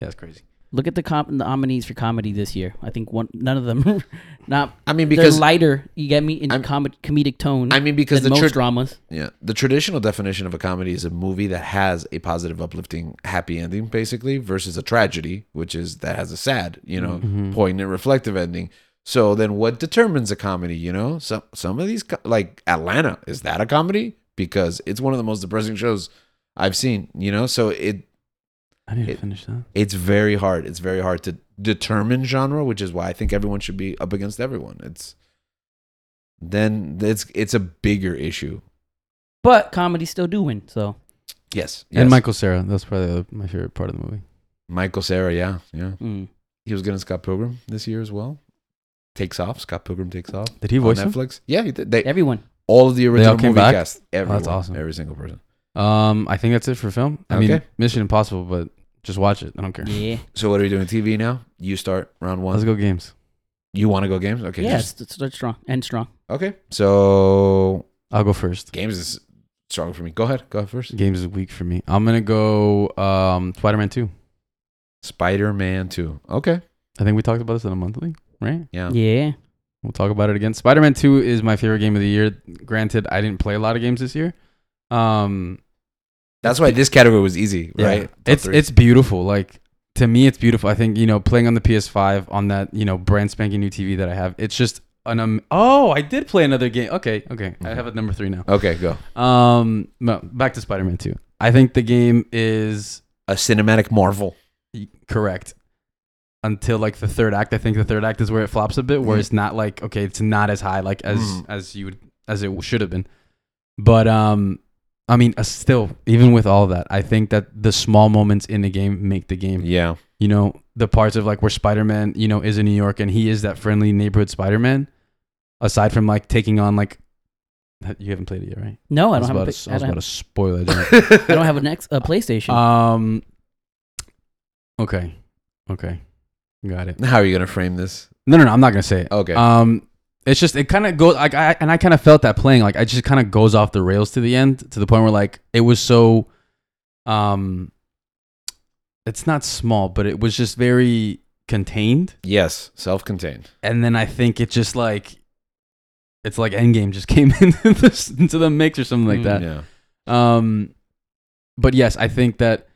A: That's crazy.
B: Look at the comp the nominees for comedy this year. I think one none of them [laughs] not
C: I mean,
B: because
C: because
B: they're lighter. You get me in
C: I'm-
B: comic comedic tone.
C: I mean because
B: than
C: the
B: most
C: tra-
B: dramas.
C: yeah the traditional definition of a comedy is a movie that has a positive, uplifting, happy ending, basically, versus a tragedy, which is that has a sad, you know,
A: Mhm.
C: poignant, reflective ending. So then, what determines a comedy? You know, some some of these co- like Atlanta is that a comedy? Because it's one of the most depressing shows I've seen. You know, so it
A: I need to
C: It-
A: finish that.
C: it's very hard. It's very hard to determine genre, which is why I think everyone should be up against everyone. It's then it's it's a bigger issue.
B: But comedy still do win. So
C: Yes,
A: And
C: yes.
A: Michael Sarah. That's probably the, my favorite part of the movie.
C: Michael Sarah, yeah, yeah,
B: mm.
C: he was good in Scott Pilgrim this year as well. Takes off. Scott Pilgrim takes off.
A: Did he
C: on
A: voice him?
C: Netflix. Yeah, he did. They,
B: everyone.
C: all of the original
A: came
C: movie
A: back? Oh,
C: cast. Everyone,
A: awesome.
C: Every single person.
A: Um, I think that's it for film. I mean,
C: Okay.
A: Mission Impossible, but just watch it. I don't care.
B: Yeah.
C: So what are we doing? TV now. You start round one.
A: Let's go games.
C: You want to go games? Okay.
B: yeah.
C: just-
B: it's- it's- it's strong and strong.
C: okay. So
A: I'll go first.
C: games is strong for me. Go ahead. Go ahead first.
A: Games is weak for me. I'm gonna go um Spider-Man Two.
C: Spider-Man Two. Okay.
A: I think we talked about this in a monthly, right?
C: Yeah.
B: Yeah.
A: We'll talk about it again. Spider Man Two is my favorite game of the year. Granted, I didn't play a lot of games this year. Um,
C: That's why this category was easy,
A: right?
C: right? Top
A: It's
C: three.
A: it's beautiful. Like to me, it's beautiful. I think you know playing on the PS5 on that you know brand spanking new TV that I have. It's just an um, oh, I did play another game. Okay, okay,
C: Mm-hmm.
A: I have a number three now.
C: okay. Go
A: Um, no, back to Spider Man Two. I think the game is
C: a cinematic marvel.
A: correct until like the third act. I think the third act is where it flops a bit, where
B: Mm-hmm.
C: Mhm.
A: it's not like okay, it's not as high like as
C: Mhm.
A: as you would as it should have been. But um, I mean, uh, still, even with all that, I think that the small moments in the game make the game.
C: Yeah.
A: You know, the parts of like where Spider Man, you know, is in New York and he is that friendly neighborhood Spider Man. Aside from like taking on like, you haven't played it yet, right?
B: No, I
A: was
B: don't have.
A: about
B: A,
A: to-
B: pic-
A: I
B: I
A: was
B: don't
A: about to
B: have,
A: spoil it.
C: [laughs]
A: didn't
B: I don't have a next a PlayStation.
A: I? um. Okay. Okay. Got it.
C: How are you gonna frame this?
A: No, no, no. I'm not gonna say it.
C: Okay.
A: Um, it's just it kind of goes like I and I kind of felt that playing like I just kind of goes off the rails to the end to the point where like it was so, um, it's not small, but it was just very contained.
C: yes, self-contained.
A: And then I think it just like, it's like Endgame just [laughs] came into this into the mix or something like
B: Mm,
A: that.
C: Yeah.
A: Um, but yes, I think that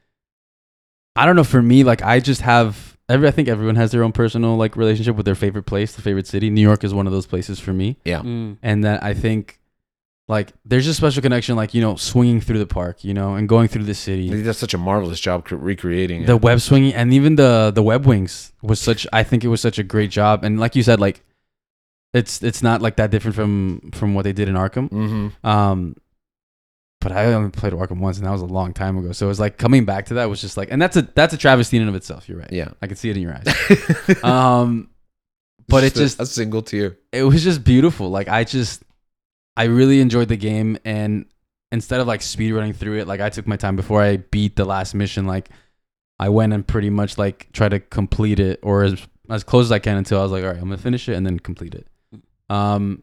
A: I don't know. For me, like I just have every. I think everyone has their own personal like relationship with their favorite place, the favorite city. New York is one of those places for me,
B: Mm.
A: and that I think like there's a special connection. Like you know, swinging through the park, you know, and going through the
C: He
A: city.
C: does such a marvelous job cre- recreating
A: The
C: it.
A: web swinging and even the the web wings was such. I think it was such a great job. And like you said, like it's it's not like that different from from what they did in Arkham.
C: Mm-hmm.
A: Um, but I only played Arkham once, and that was a long time ago. So it was like coming back to that was just like, and that's a that's a travesty in and of itself. You're right.
C: Yeah. [laughs]
A: I could see it in your eyes. [laughs] um, but it
C: a-
A: just-
C: a single tear.
A: it was just beautiful. Like I just, I really enjoyed the game, and instead of like speed running through it, like I took my time before I beat the last mission. Like I went and pretty much like try to complete it or as as close as I can until I was like, all right, I'm gonna finish it and then complete it. Um,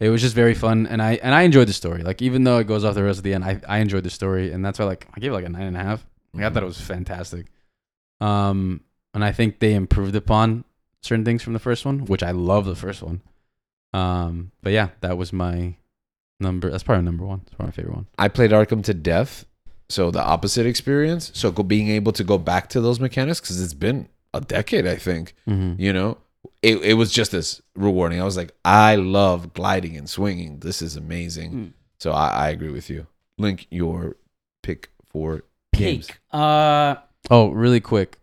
A: it was just very fun, and I and I enjoyed the story. Like even though it goes off the rails at the end, I I enjoyed the story, and that's why like I gave it like a nine and a half. Like I thought it was fantastic. Um, and I think they improved upon certain things from the first one, which I love the first one. Um, but yeah, that was my number. That's probably number one. It's probably my favorite one.
C: I played Arkham to death, so the opposite experience. So go, being able to go back to those mechanics because it's been a decade, I think.
A: Mm-hmm.
C: You know, it it was just as rewarding. I was like, I love gliding and swinging. This is amazing.
B: Mm.
C: So I, I agree with you. Link your pick for games.
B: Pig. Uh,
A: Oh, really quick.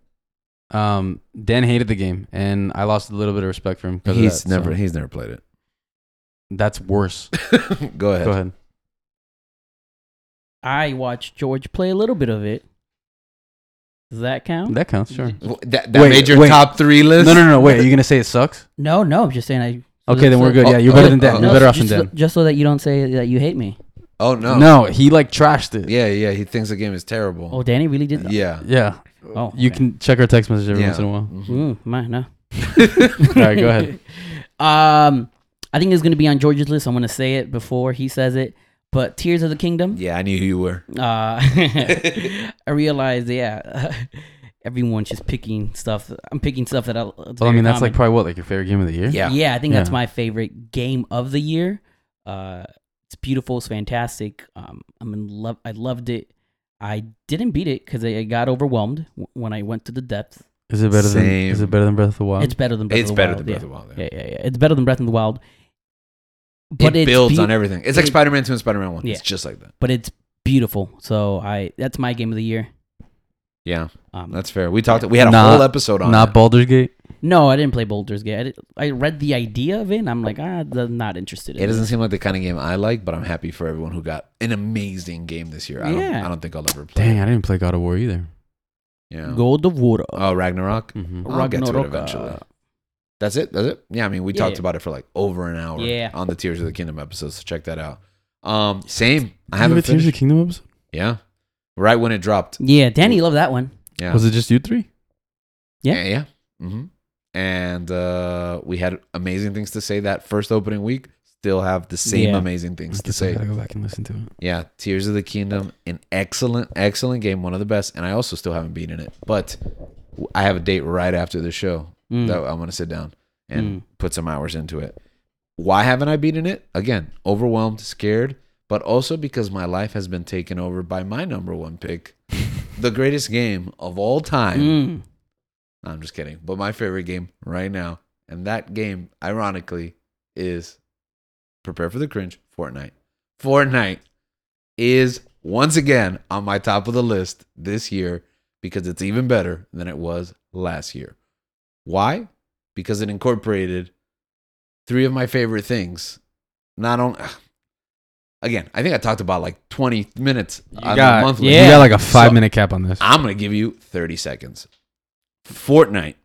A: Um, Dan hated the game, and I lost a little bit of respect for him. 'cause of
C: He's
A: that,
C: never
A: so
C: he's never played it. [laughs]
A: That's worse.
C: go ahead.
A: Go ahead.
B: I watched George play a little bit of it. Does that count?
A: That counts. Sure.
C: Well, That, that
A: Wait,
C: made your
A: wait.
C: top three
A: No,
C: list.
A: no, no, no. Wait, are you gonna say it sucks?
B: No, no. I'm just saying I.
A: [laughs] Okay, then
B: so-
A: we're good.
C: Oh,
A: Yeah, you're better
C: oh,
A: than Dan.
C: oh,
A: You're
C: no,
A: better
B: so
A: off than
B: just,
A: Dan.
B: Just so that you don't say that you hate me.
C: Oh no.
A: No, he like trashed it.
C: Yeah, yeah. He thinks the game is terrible.
B: Oh, Danny really did. that?
C: yeah.
A: Yeah.
B: Oh,
A: You
B: okay.
A: can check our text message every
C: Yeah.
A: once in a while.
C: Mhm.
B: Mm, my, no.
A: All right, go ahead.
B: [laughs] Um, I think it's going to be on George's list. I'm going to say it before he says it. But Tears of the Kingdom.
C: Yeah, I knew who you were.
B: Uh, [laughs] I realized, yeah, [laughs] everyone's just picking stuff. I'm picking stuff that I.
A: Well, I mean, that's like probably what like your favorite game of the year.
C: Yeah.
B: yeah, I think that's
A: Yeah.
B: my favorite game of the year. Uh, it's beautiful. It's fantastic. Um, I'm in love. I loved it. I didn't beat it because I, I got overwhelmed w- when I went to the depths.
A: Is it better than Is
C: Same.
A: it better than Breath of the Wild?
B: It's better than Breath
C: it's
B: of the
C: better
B: Wild,
C: than
B: yeah.
C: Breath of the Wild. yeah.
B: Yeah, yeah, yeah. It's better than Breath of the Wild. But
C: it
B: it's
C: builds
B: beau-
C: on everything. It's like
B: it-
C: Spider Man Two and Spider Man One.
B: Yeah.
C: It's just like that.
B: But it's beautiful. So I that's my game of the year.
C: Yeah,
B: Um,
C: that's fair. We talked. We had a
A: Not-
C: whole episode on
A: Not
C: it.
A: Baldur's Gate.
B: no, I didn't play Boulder's Gate. I, did- I read the idea of it, and I'm like, ah, I'm not interested. In
C: It doesn't seem like the kind of game I like, but I'm happy for everyone who got an amazing game this year. I don't.
B: Yeah.
C: I don't think I'll ever play.
A: Dang,
C: it.
A: I didn't play God of War either.
C: Yeah.
B: Gold of Water.
C: Oh, Ragnarok.
A: Mhm.
C: I'll get to it
B: Ragnarok.
C: eventually. That's it. That's it. Yeah. I mean, we
B: Yeah,
C: talked
B: yeah.
C: about it for like over an hour.
B: Yeah.
C: On the Tears of the Kingdom episode, so check that out. Um, same. I
A: Did you have a
C: haven't
A: Tears of the
C: finished.
A: Kingdom episode?
C: Yeah. Right when it dropped.
B: Yeah, Danny loved that one.
C: Yeah.
A: Was it just you three?
B: Yeah.
C: Yeah. yeah. hmm And uh, we had amazing things to say that first opening week. Still have the same
B: Yeah.
C: amazing things to
A: I
C: say.
A: gotta go back and listen to it.
C: Yeah. Tears of the Kingdom, an excellent, excellent game, one of the best. And I also still haven't beaten it, but I have a date right after the show
B: Mm.
C: that I'm going to sit down and put some hours into it. Why haven't I beaten it? Again, overwhelmed, scared, but also because my life has been taken over by my number one pick, the greatest game of all time.
B: Mm.
C: No, I'm just kidding. But my favorite game right now, and that game, ironically, is prepare for the cringe Fortnite. Fortnite is once again on my top of the list this year because it's even better than it was last year. Why? Because it incorporated three of my favorite things. Not only [sighs] Again, I think I talked about like 20 minutes
A: You
C: on
A: got,
C: the monthly.
A: you
B: Yeah.
A: got like a five
C: So-
A: minute cap on this.
C: I'm going to give you 30 seconds. Fortnite.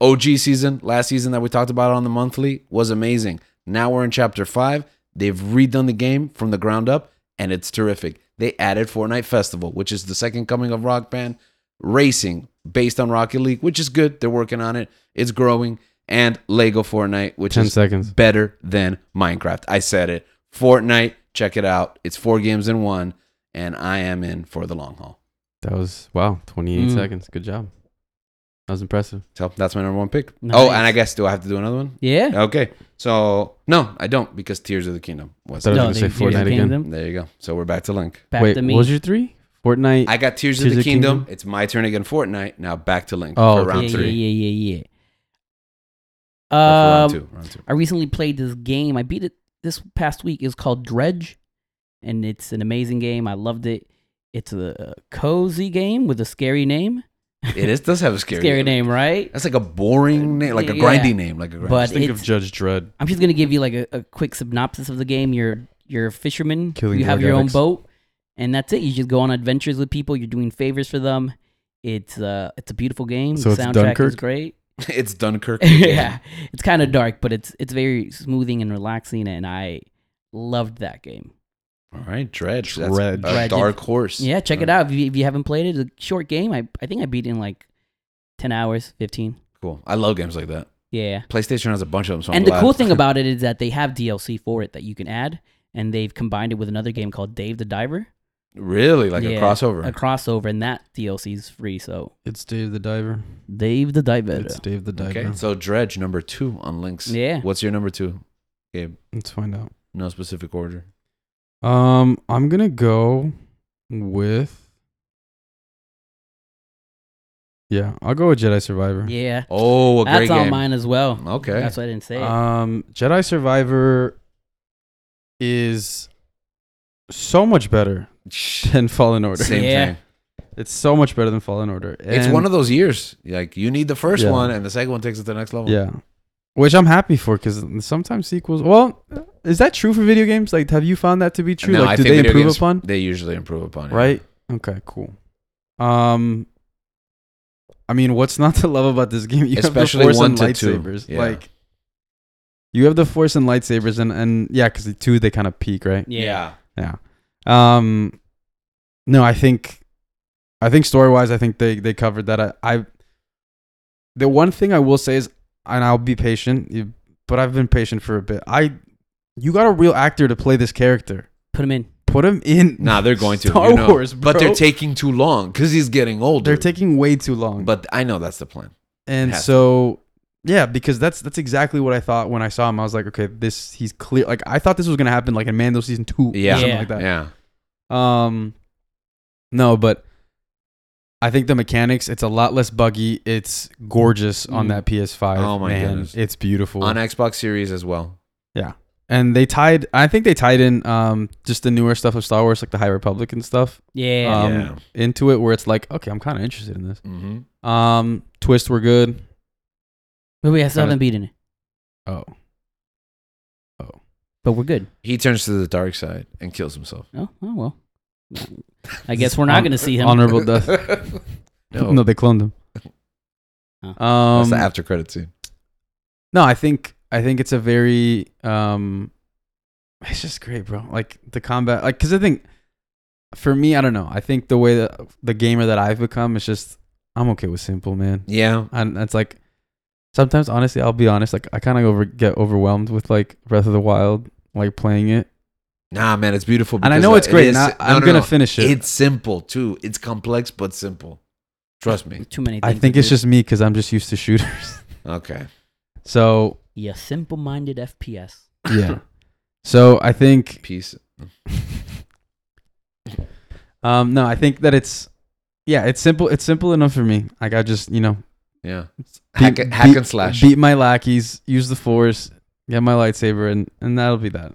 C: OG season, last season that we talked about on the monthly was amazing. Now we're in chapter 5. They've redone the game from the ground up and it's terrific. They added Fortnite Festival, which is the second coming of Rock Band racing based on Rocket League, which is good. They're working on it. It's growing and Lego Fortnite, which
A: 10
C: is
A: seconds.
C: better than Minecraft. I said it. Fortnite, check it out. It's four games in one, and I am in for the long haul.
A: That was, wow, 28
B: Mm.
A: seconds. Good job. That was impressive.
C: So that's my number one pick.
B: Nice.
C: Oh, and I guess do I have to do another one?
B: Yeah.
C: Okay. So no, I don't because Tears of the Kingdom was
A: I was
B: No,
A: gonna
B: they
A: say
B: gave you
A: Fortnite
B: the
A: again.
B: kingdom.
C: there. You go. So we're back to Link.
B: Back
A: Wait,
B: to me.
A: what was your three? Fortnite.
C: I got Tears, of the Kingdom. It's my turn again. Fortnite. Now back to Link
A: Oh,
C: for round
B: yeah,
C: three.
B: yeah, yeah, yeah,
C: Or for
B: yeah.
C: round
B: Um,
C: two. Round two.
B: I recently played this game. I beat it this past week. It's called Dredge, and it's an amazing game. I loved it. It's a cozy game with a scary name.
C: It is, does have a scary,
B: Scary, name, right?
C: That's like a boring name, like a
B: Yeah.
C: grindy name, like a grindy.
B: But
A: Just think of
B: it's-
A: Judge Dredd.
B: I'm just gonna give you like a, a quick synopsis of the game. You're you're a fisherman.
A: Killing
B: you have
A: drug
B: your
A: addicts.
B: own boat, and that's it. You just go on adventures with people. You're doing favors for them. It's uh it's a beautiful game.
A: So
B: the
A: it's
B: soundtrack is
A: Dunkirk?
B: great.
C: [laughs] it's [laughs]
B: [laughs]
C: Dunkirk.
B: yeah, it's kind of dark, but it's it's very smoothing and relaxing, and I loved that game.
C: All right, Dredge. That's
A: Dredge.
C: a
B: Dredge.
C: dark horse.
B: Yeah, check it out if you, if you haven't played it. It's a short game. I I think I beat it in like ten hours, fifteen.
C: Cool. I love games like that.
B: Yeah.
C: PlayStation has a bunch of them. So I'm
B: and the
C: glad.
B: cool
C: [laughs]
B: thing about it is that they have DLC for it that you can add, and they've combined it with another game called Dave the Diver.
C: really, like a
B: Yeah,
C: crossover.
B: A crossover, and that DLC is free. So
A: It's Dave the Diver.
B: Dave the Diver.
A: It's Dave the Diver.
C: okay, so Dredge number two on links.
B: Yeah.
C: What's your number two?
A: Let's find out.
C: No specific order.
A: Um, I'm gonna go with. Yeah, I'll go with Jedi Survivor.
B: Yeah,
C: Oh, a
B: that's
C: great game.
B: on mine as well.
C: Okay.
B: That's what I didn't say.
A: Um, Jedi Survivor is so
C: [laughs]
A: much better than Fallen Order.
C: Same
B: Yeah.
C: thing.
A: It's so much better than Fallen Order.
C: It's
A: And-
C: one of those years. Like you need the first
A: Yeah.
C: one, and the second one takes it to the next level.
A: Yeah. Which I'm happy for because sometimes sequels. Well, is that true for video games? Like, have you found that to be true?
C: No,
A: like,
C: I
A: do
C: think
A: they
C: video
A: improve
C: games-
A: upon?
C: They usually improve upon it.
A: Right? Okay, cool. Um, I mean, what's not to love about this [laughs] game? You
C: Especially
A: have the force
C: one
A: and
C: to two.
A: lightsabers.
C: Yeah.
A: Like, you have the force and lightsabers, and and yeah, because the two they kind of peak, right?
B: yeah.
A: Um, no, I think, I think story wise, I think they they covered that. I, I, the one thing I will say is, and I'll be patient, you- but I've been patient for a bit. I, you got a real actor to play this character.
B: Put him in.
A: Put him in.
C: Nah, they're going to.
A: Star
C: you know.
A: Wars,
C: But they're
A: bro.
C: taking too long because he's getting older.
A: They're taking way too long.
C: But I know that's the plan.
A: And
C: Has to.
A: so yeah, because that's that's exactly what I thought when I saw him. I was like, okay, this he's clear. Like I thought this was gonna happen like in Mando season two,
C: Yeah.
A: or something
B: Yeah.
A: like that.
C: Yeah.
A: Um, no, but I think the mechanics. It's a lot less buggy. It's gorgeous on
B: Mm.
A: that PS5.
C: Oh my
A: man.
C: goodness.
A: it's beautiful.
C: On Xbox Series as well.
A: and they tied. I think they tied in um just the newer stuff of Star Wars, like the High Republic and stuff,
B: Yeah.
A: Um,
C: yeah.
A: into it, where it's like, okay, I'm kind of interested in this.
C: Mm-hmm.
A: Um, twists were good.
B: but we still
A: kinda-
B: haven't beaten it.
A: Oh,
C: Oh.
B: But we're good.
C: He turns to the dark side and kills himself.
B: Oh, oh well. I guess we're not
A: Hon-
B: going to see him.
C: [laughs]
A: honorable death.
C: no,
A: [laughs] No, they cloned
B: [laughs]
A: him.
B: Oh.
A: Um,
C: that's the after credit scene.
A: no, I think I think it's a very um, it's just great, bro. Like the combat, like because I think for me, I don't know. I think the way that the gamer that I've become is just I'm okay with simple, man.
C: Yeah,
A: And that's like sometimes, honestly, I'll be honest. Like I kind of over get overwhelmed with like Breath of the Wild, like playing it.
C: nah, man, it's beautiful.
A: And I
C: because
A: know it's
C: it
A: great.
C: is-
A: and I,
C: no,
A: I'm
C: no,
A: gonna
C: no.
A: finish it.
C: It's simple too. It's complex but simple. Trust me.
B: Too many.
A: I
B: Things
A: think
B: to
A: it's
B: do.
A: just me because I'm just used to shooters. [laughs]
C: Okay.
A: so
B: yeah, simple-minded FPS.
C: [coughs]
A: yeah. So I think
C: Peace. [laughs]
A: um no i think that it's yeah it's simple it's simple enough for me like i just you know
C: Yeah.
A: beat-
C: Hack, hack
A: beat-
C: and slash.
A: beat my lackeys use the force get my lightsaber and and that'll be that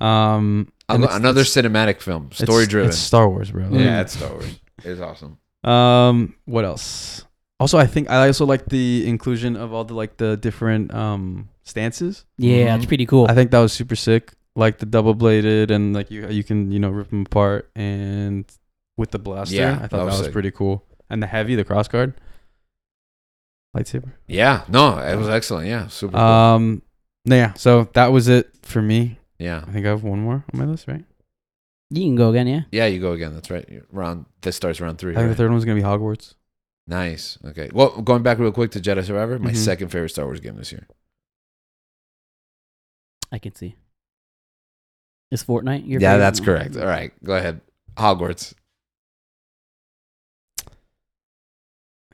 A: um
C: An-
A: and it's-
C: Another
A: it's-
C: cinematic film,
A: it's-
C: story driven.
A: it's star wars bro
B: Mm.
C: yeah, it's Star Wars. It's awesome.
A: um what else also i think i also like the inclusion of all the like the different um stances
B: Yeah, it's
C: Mhm.
B: pretty cool.
A: i think that was super sick like the double bladed and like you you can you know rip them apart and with the blaster.
C: Yeah,
A: I thought
C: that
A: that
C: was
A: was,
C: sick.
A: pretty cool. And the heavy, the cross guard lightsaber.
C: Yeah, no, it was excellent. Yeah, super. cool.
A: Um, no, yeah. So that was it for me.
C: yeah,
A: I think I have one more on my list, right?
B: You can go again, yeah.
C: yeah, you go again. That's right. You're Round. This starts round three.
A: I think the
C: right?
A: third one's gonna be Hogwarts.
C: Nice. Okay. Well, going back real quick to Jedi Survivor, my
A: Mhm.
C: second favorite Star Wars game this year.
B: I can see. Is Fortnite your?
C: yeah,
B: favorite?
C: that's
B: No.
C: correct. All right, go ahead. Hogwarts.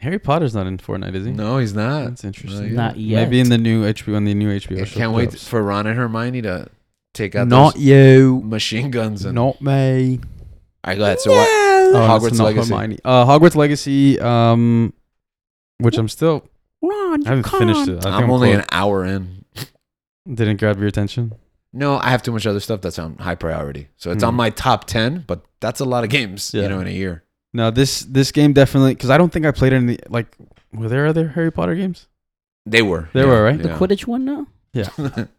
A: Harry Potter's not in Fortnite, is he?
C: No, he's not.
A: that's interesting.
B: Not
A: Maybe
B: yet.
A: in the new HBO on the new HBO
C: I
A: show.
C: can't wait
A: Jobs.
C: for Ron and Hermione to take out
A: Not
C: those [laughs]
A: you.
C: machine guns. And... All
A: Not me.
C: right, go ahead. So what?
A: Oh, that's
C: Hogwarts
A: not
C: Legacy.
A: Hermione. Uh, Hogwarts Legacy. Um, which I'm still.
B: Ron,
A: I haven't finished it. I think
C: I'm only
A: close.
C: an hour in.
A: Didn't grab your attention.
C: No, I have too much other stuff that's on high priority. So it's
A: Hmm.
C: on my top 10, but that's a lot of games, you
A: Yeah.
C: know, in a year.
A: No, this this game definitely because I don't think I played any. Like, were there other Harry Potter games?
C: They were.
A: They
C: yeah,
A: were, right?
B: The Quidditch one now.
C: [laughs] Yeah,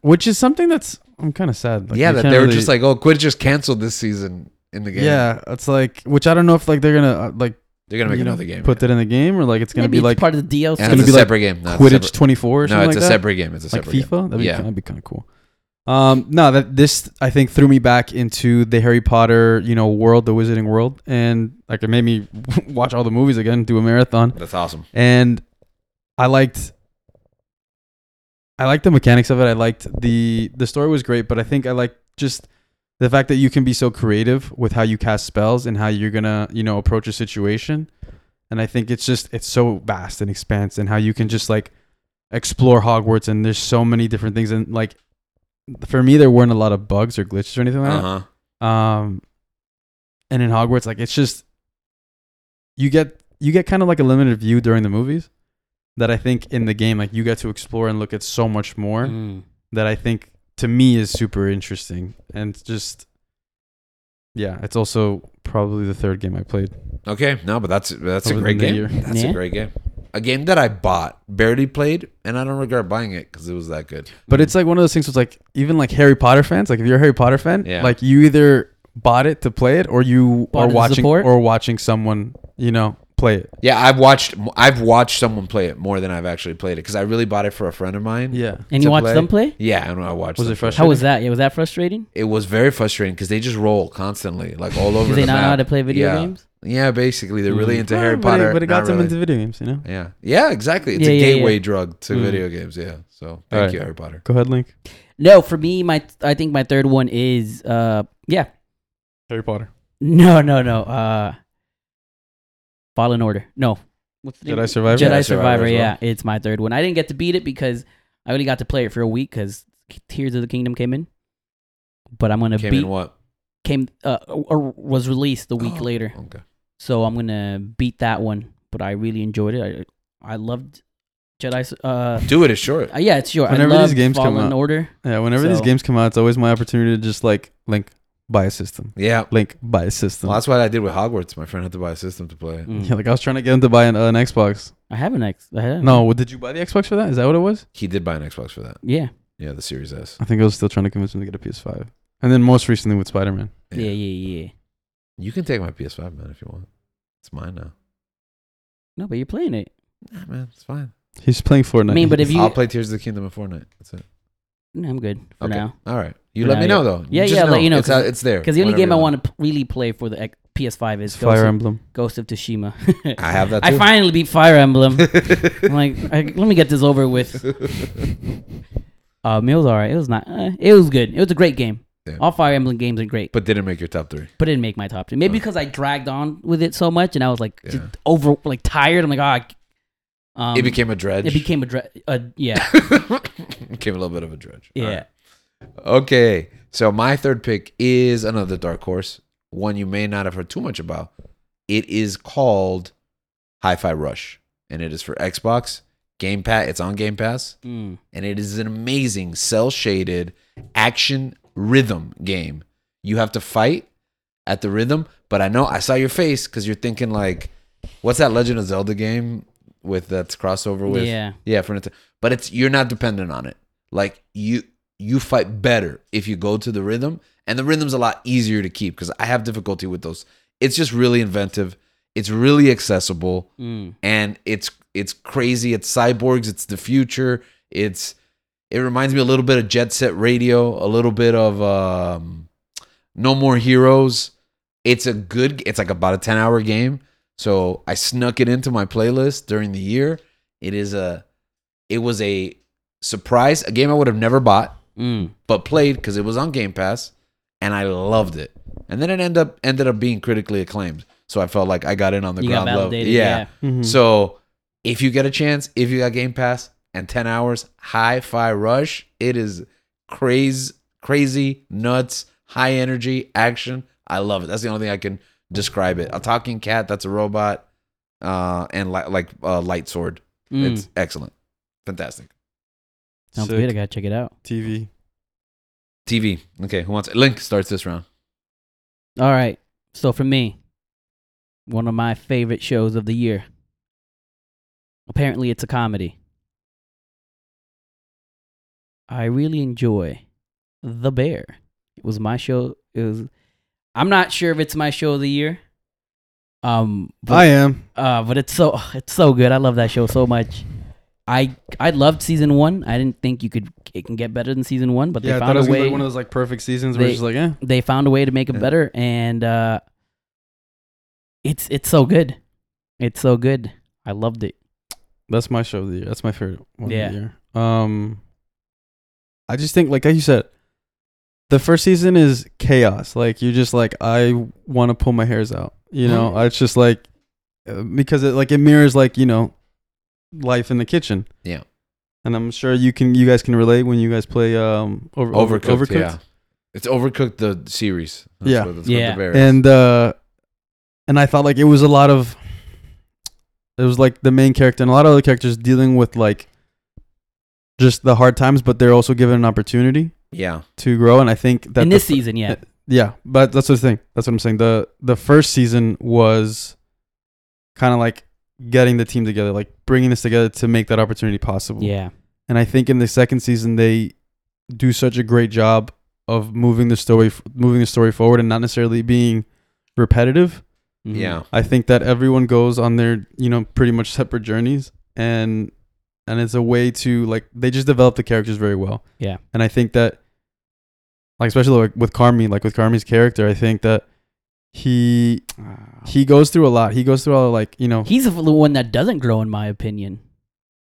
A: Which is something that's I'm kind of sad. Like,
C: yeah
A: you
C: that
A: can't
C: they were
A: really-
C: just like, oh, Quidditch just canceled this season in the game.
A: Yeah, it's like which I don't know if like they're gonna uh, like
C: They're going to make
A: you know,
C: another game.
A: put that in the game or like it's gonna
B: Maybe
A: be
B: it's
A: like
B: part of the DLC.
C: yeah,
A: gonna
C: it's
A: be
C: a
A: like
C: separate game. No, it's
A: Quidditch
C: separate-
A: 24 or
C: No, it's
A: something like
C: a
A: that.
C: separate game. It's a
A: like
C: separate game.
A: FIFA. That'd be,
C: Yeah.
A: that'd be kind of cool. Um, no, that this I think threw me back into the Harry Potter, you know, world, the Wizarding world, and like it made me [laughs] watch all the movies again, do a marathon,
C: That's awesome.
A: and I liked, I liked the mechanics of it. I liked the the story was great, but I think I liked just the fact that you can be so creative with how you cast spells and how you're gonna you know approach a situation, and I think it's just it's so vast and expanse and how you can just like explore Hogwarts and there's so many different things and like for me there weren't a lot of bugs or glitches or anything like
C: Uh huh.
A: that. Um and in Hogwarts like it's just you get you get kind of like a limited view during the movies that I think in the game like you get to explore and look at so much more
C: Mm-hmm.
B: Mm.
A: that I think to me is super interesting and just yeah, it's also probably the third game I played.
C: Okay, no, but that's that's a
A: Over the
C: great
A: new
C: game.
A: year.
C: That's a
B: Yeah.
C: great game. A game that I bought, barely played, and I don't regret buying it because it was that good.
A: But it's like one of those things was like even like Harry Potter fans, like if you're a Harry Potter fan,
C: Yeah.
A: like you either bought it to play it or you
B: Bought it
A: are
B: to
A: watching
B: support?
A: or watching someone, you know, play it.
C: Yeah, I've watched I've watched someone play it more than I've actually played it because I really bought it for a friend of mine.
A: Yeah.
B: And
C: to
B: you watch
C: play.
B: them play?
C: Yeah, and I watched.
A: Was
C: them
A: it
C: play.
A: frustrating?
B: How was that? Yeah, was that frustrating?
C: It was very frustrating because they just roll constantly, like all over.
B: Do they
C: the
B: not know
C: map.
B: how to play video
C: yeah.
B: games?
C: Yeah, basically they're really
A: Mm.
C: into
A: Ah,
C: Harry
A: but it-
C: Potter.
A: But it got
C: not
A: them
C: really.
A: into video games, you know?
C: Yeah, yeah, exactly. It's
B: Yeah,
C: a
B: yeah, yeah.
C: gateway drug to
A: Mm.
C: video games. Yeah, so thank
A: Alright.
C: you, Harry Potter.
A: Go ahead, Link.
B: No, for me, my I think my third one is uh yeah [laughs]
A: Harry Potter.
B: no no no uh Fallen Order no what's the name?
A: Jedi Survivor?
B: Jedi,
C: Jedi Survivor
B: Survivor,
C: as well.
B: yeah, it's my third one. I didn't get to beat it because I only got to play it for a week because Tears of the Kingdom came in. But I'm gonna
C: Came
B: beat
C: in what?
B: came uh, or was released the week
C: Oh,
B: later,
C: Okay.
B: so I'm gonna beat that one. But I really enjoyed it. I I loved Jedi. Sur- Uh,
C: Do it is short.
B: uh, yeah, it's your.
A: Whenever
B: I
A: these
B: love
A: games come
B: Fallen
A: out.
B: Order.
A: Yeah, whenever these
B: So-
A: games come out, it's always my opportunity to just like Link buy a system.
C: Yeah.
A: Link buy a system.
C: Well, that's what I did with Hogwarts. My friend had to buy a system to play. it.
A: [laughs]
B: Mm.
A: yeah, like I was trying to get him to buy an, uh, an Xbox.
B: I have an X. I have,
A: No, what- did you buy the Xbox for that? Is that what it was?
C: He did buy an Xbox for that.
B: Yeah.
C: Yeah, the Series S.
A: I think I was still trying to convince him to get a PS5. And then most recently with Spider Man.
B: Yeah. Yeah. Yeah.
C: You can take my PS5, man, if you want. It's mine now.
B: No, but you're playing it.
C: Nah, man, it's fine.
A: He's playing Fortnite.
B: I mean, but if you,
C: I'll play Tears of the Kingdom and Fortnite. That's it.
B: No, I'm good for
C: Okay.
B: now.
C: All right. You
B: For
C: let
B: now,
C: me
B: yeah.
C: know, though.
B: Yeah,
C: Just
B: yeah, I'll let you know,
C: It's,
B: 'cause-
C: out- it's there.
B: Because the only
C: whenever
B: game
C: you
B: I want to really play for the X- PS5 is Ghost,
A: Fire
B: of,
A: Emblem. Ah,
B: Ghost of Tsushima.
C: [laughs]
B: [laughs]
C: I have that
B: I
C: too.
B: finally beat
C: [laughs]
B: Fire Emblem. I'm
C: find.
B: like, I, let me get this over with. Um, it was all right. It was not. Uh, it was good. It was a great game.
C: Yeah.
B: All Fire Emblem games are great,
C: [laughs]
B: but,
C: but didn't make your top three.
B: it didn't make my top ten. Maybe
C: Okay.
B: because I dragged on with it so much, and I was like
C: Uh. Yeah.
B: just over, like tired. I'm like, ah. I- um,
C: it became a dredge. [laughs]
B: It became a. Dra- uh, yeah.
C: became a little bit of a dredge. All
B: Yeah.
C: right. Okay. So my third pick is another dark horse, one you may not have heard too much about. It is called Hi-Fi Rush, and it is for Xbox Game Pass. It's on Game Pass,
B: Mm.
C: and it is an amazing cell-shaded action rhythm game. You have to fight at the rhythm, but I know I saw your face because you're thinking like, what's that Legend of Zelda game with that's crossover with?
B: Yeah.
C: Yeah, for Nintendo. But it's you're not dependent on it. Like you you fight better if you go to the rhythm. And the rhythm's a lot easier to keep because I have difficulty with those. It's just really inventive. It's really accessible
B: Mm.
C: and it's it's crazy. It's cyborgs. It's the future. It's it reminds me a little bit of Jet Set Radio, a little bit of um, No More Heroes. It's a good. It's like about a ten hour game. So I snuck it into my playlist during the year. It is a. It was a surprise, a game I would have never bought
B: Mm.
C: but played because it was on Game Pass, and I loved it. And then it ended up ended up being critically acclaimed. So I felt like I got in on the
B: You got
C: ground level.
B: validated.
C: yeah.
B: yeah.
A: Mm-hmm. Hmm.
C: So if you get a chance, if you got Game Pass and 10 hours, hi fi rush. It is crazy, crazy, nuts, high energy, action. I love it. That's the only thing I can describe it. A talking cat that's a robot, uh, and li- like uh, light sword.
A: Hmm.
B: Mm.
C: It's excellent. Fantastic.
B: Sounds
A: Sick.
B: good. I gotta check it out.
A: TV.
C: TV. Okay, who wants it? Link starts this round.
B: All right. So for me, one of my favorite shows of the year. Apparently, it's a comedy. I really enjoy The Bear. It was my show. It was. I'm not sure if it's my show of the year. Um, but
A: I am.
B: uh, but it's so it's so good. I love that show so much. I I loved season one. I didn't think you could it can get better than season one, but
A: yeah,
B: they
A: I
B: found
A: thought it
B: a
A: was gonna be
B: way.
A: like one of those like perfect seasons where
B: They-
A: it's just like, eh.
B: they found a way to make it
C: Yeah.
B: better, and uh, it's it's so good. It's so good. I loved it.
A: That's my show of the year. That's my favorite one
B: Yeah.
A: of the year. Um I just think like you said, the first season is chaos. Like you're just like, I wanna pull my hairs out. You know, it's just like uh, because it like it mirrors like, you know, life in the kitchen.
C: Yeah.
A: And I'm sure you can you guys can relate when you guys play um over, over-
C: Overcooked. Yeah. It's Overcooked the series.
A: Yeah.
C: what-
B: Yeah.
C: the bear is.
A: and uh and i thought like it was a lot of it was like the main character and a lot of other characters dealing with like just the hard times but they're also given an opportunity
C: yeah.
A: to grow and i think that
B: In
A: the
B: this
A: fir- uh,
B: season, yeah,
A: yeah but that's the thing that's what i'm saying the the first season was kind of like getting the team together like bringing this together to make that opportunity possible
B: yeah,
A: and I think in the second season they do such a great job of moving the story moving the story forward and not necessarily being repetitive.
B: Mhm.
C: Yeah.
A: I think that everyone goes on their, you know, pretty much separate journeys and and it's a way to like they just develop the characters very well.
B: Yeah.
A: And I think that like especially like with Carmi, like with Carmi's character, I think that he he goes through a lot. He goes through all like, you know,
B: Ah. He's the one that doesn't grow, in my opinion.